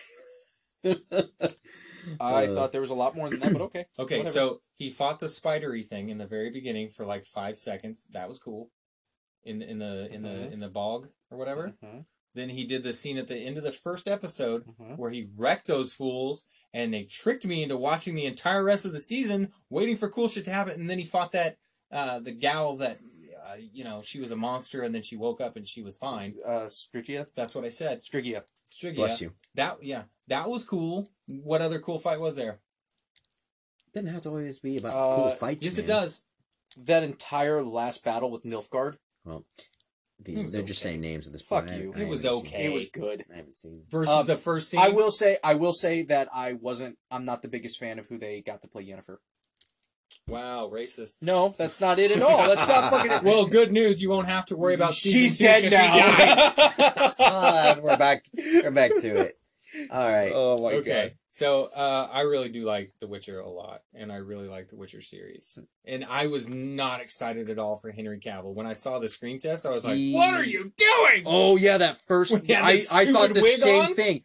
Speaker 2: I
Speaker 3: Uh,
Speaker 2: thought there was a lot more than that, but okay.
Speaker 1: Hmm. Okay,
Speaker 2: Whatever.
Speaker 1: so he fought the spidery thing in the very beginning for like five seconds. That was cool. in the in the in the
Speaker 2: Mhm.
Speaker 1: in the bog or whatever.
Speaker 2: Mhm,
Speaker 1: Then he did the scene at the end of the first episode
Speaker 2: mhm.
Speaker 1: where he wrecked those fools and they tricked me into watching the entire rest of the season waiting for cool shit to happen and then he fought that uh the gal that uh, you know she was a monster and then she woke up and she was fine
Speaker 2: Uh, Strigia?
Speaker 1: that's what i said
Speaker 2: Strigia.
Speaker 1: Strigia,
Speaker 3: Bless you.
Speaker 1: that yeah that was cool what other cool fight was there
Speaker 3: Doesn't have to always be about
Speaker 2: Uh,
Speaker 3: cool fights.
Speaker 1: yes it
Speaker 3: man.
Speaker 1: does
Speaker 2: That entire last battle with Nilfgaard,
Speaker 1: It
Speaker 3: These,
Speaker 1: was
Speaker 3: they're just
Speaker 1: okay.
Speaker 3: saying names at this
Speaker 2: Fuck
Speaker 3: point. I-
Speaker 2: you.
Speaker 3: I
Speaker 1: It was
Speaker 3: haven't seen
Speaker 1: okay.
Speaker 2: it was good.
Speaker 3: I haven't seen.
Speaker 1: versus
Speaker 2: Um,
Speaker 1: the first scene
Speaker 2: I will say, I will say that I wasn't. I'm not the biggest fan of who they got to play Yennefer.
Speaker 1: wow racist
Speaker 2: No, that's not it at all. That's not fucking it.
Speaker 1: well good news you won't have to worry about season
Speaker 2: she's
Speaker 1: two
Speaker 2: dead
Speaker 1: 'cause she died.
Speaker 2: now.
Speaker 3: Ah, we're back. We're back to it. All right.
Speaker 2: oh my
Speaker 1: okay so uh, i really do like the witcher a lot and i really like the witcher series and i was not excited at all for henry cavill when i saw the screen test i was like
Speaker 3: He-
Speaker 1: what are you doing
Speaker 2: Oh yeah, that first
Speaker 1: When he had
Speaker 2: I,
Speaker 1: the
Speaker 2: I thought
Speaker 1: stupid
Speaker 2: the
Speaker 1: wig
Speaker 2: same
Speaker 1: on?
Speaker 2: thing.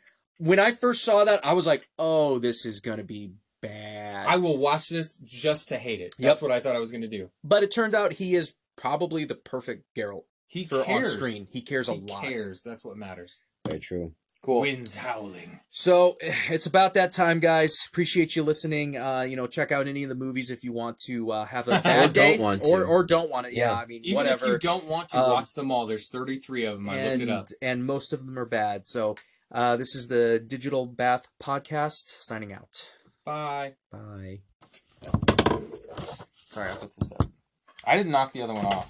Speaker 2: When I first saw that, I was like, "Oh, this is gonna be bad."
Speaker 1: i will watch this just to hate it that's what i thought i was going to do
Speaker 2: but it turned out he is probably the perfect Geralt
Speaker 1: he
Speaker 2: for on
Speaker 1: cares
Speaker 2: screen. He cares
Speaker 1: he
Speaker 2: a lot.
Speaker 1: cares that's what matters
Speaker 3: Very true.
Speaker 2: Cool.
Speaker 1: winds howling
Speaker 2: So it's about that time, guys. Appreciate you listening. Uh, you know, check out any of the movies if you want to uh, have a bad
Speaker 3: Or
Speaker 2: day,
Speaker 3: don't want to.
Speaker 2: or or don't want to. Yeah,
Speaker 3: Yeah.
Speaker 2: I mean,
Speaker 1: even
Speaker 2: whatever.
Speaker 1: if you don't want to
Speaker 2: Um,
Speaker 1: watch them all there's 33 of them i
Speaker 2: and,
Speaker 1: looked it up
Speaker 2: and most of them are bad. So uh, this is the Digital Bath Podcast signing out.
Speaker 1: bye
Speaker 3: Bye.
Speaker 2: Sorry, I put this up.
Speaker 1: i didn't knock the other one off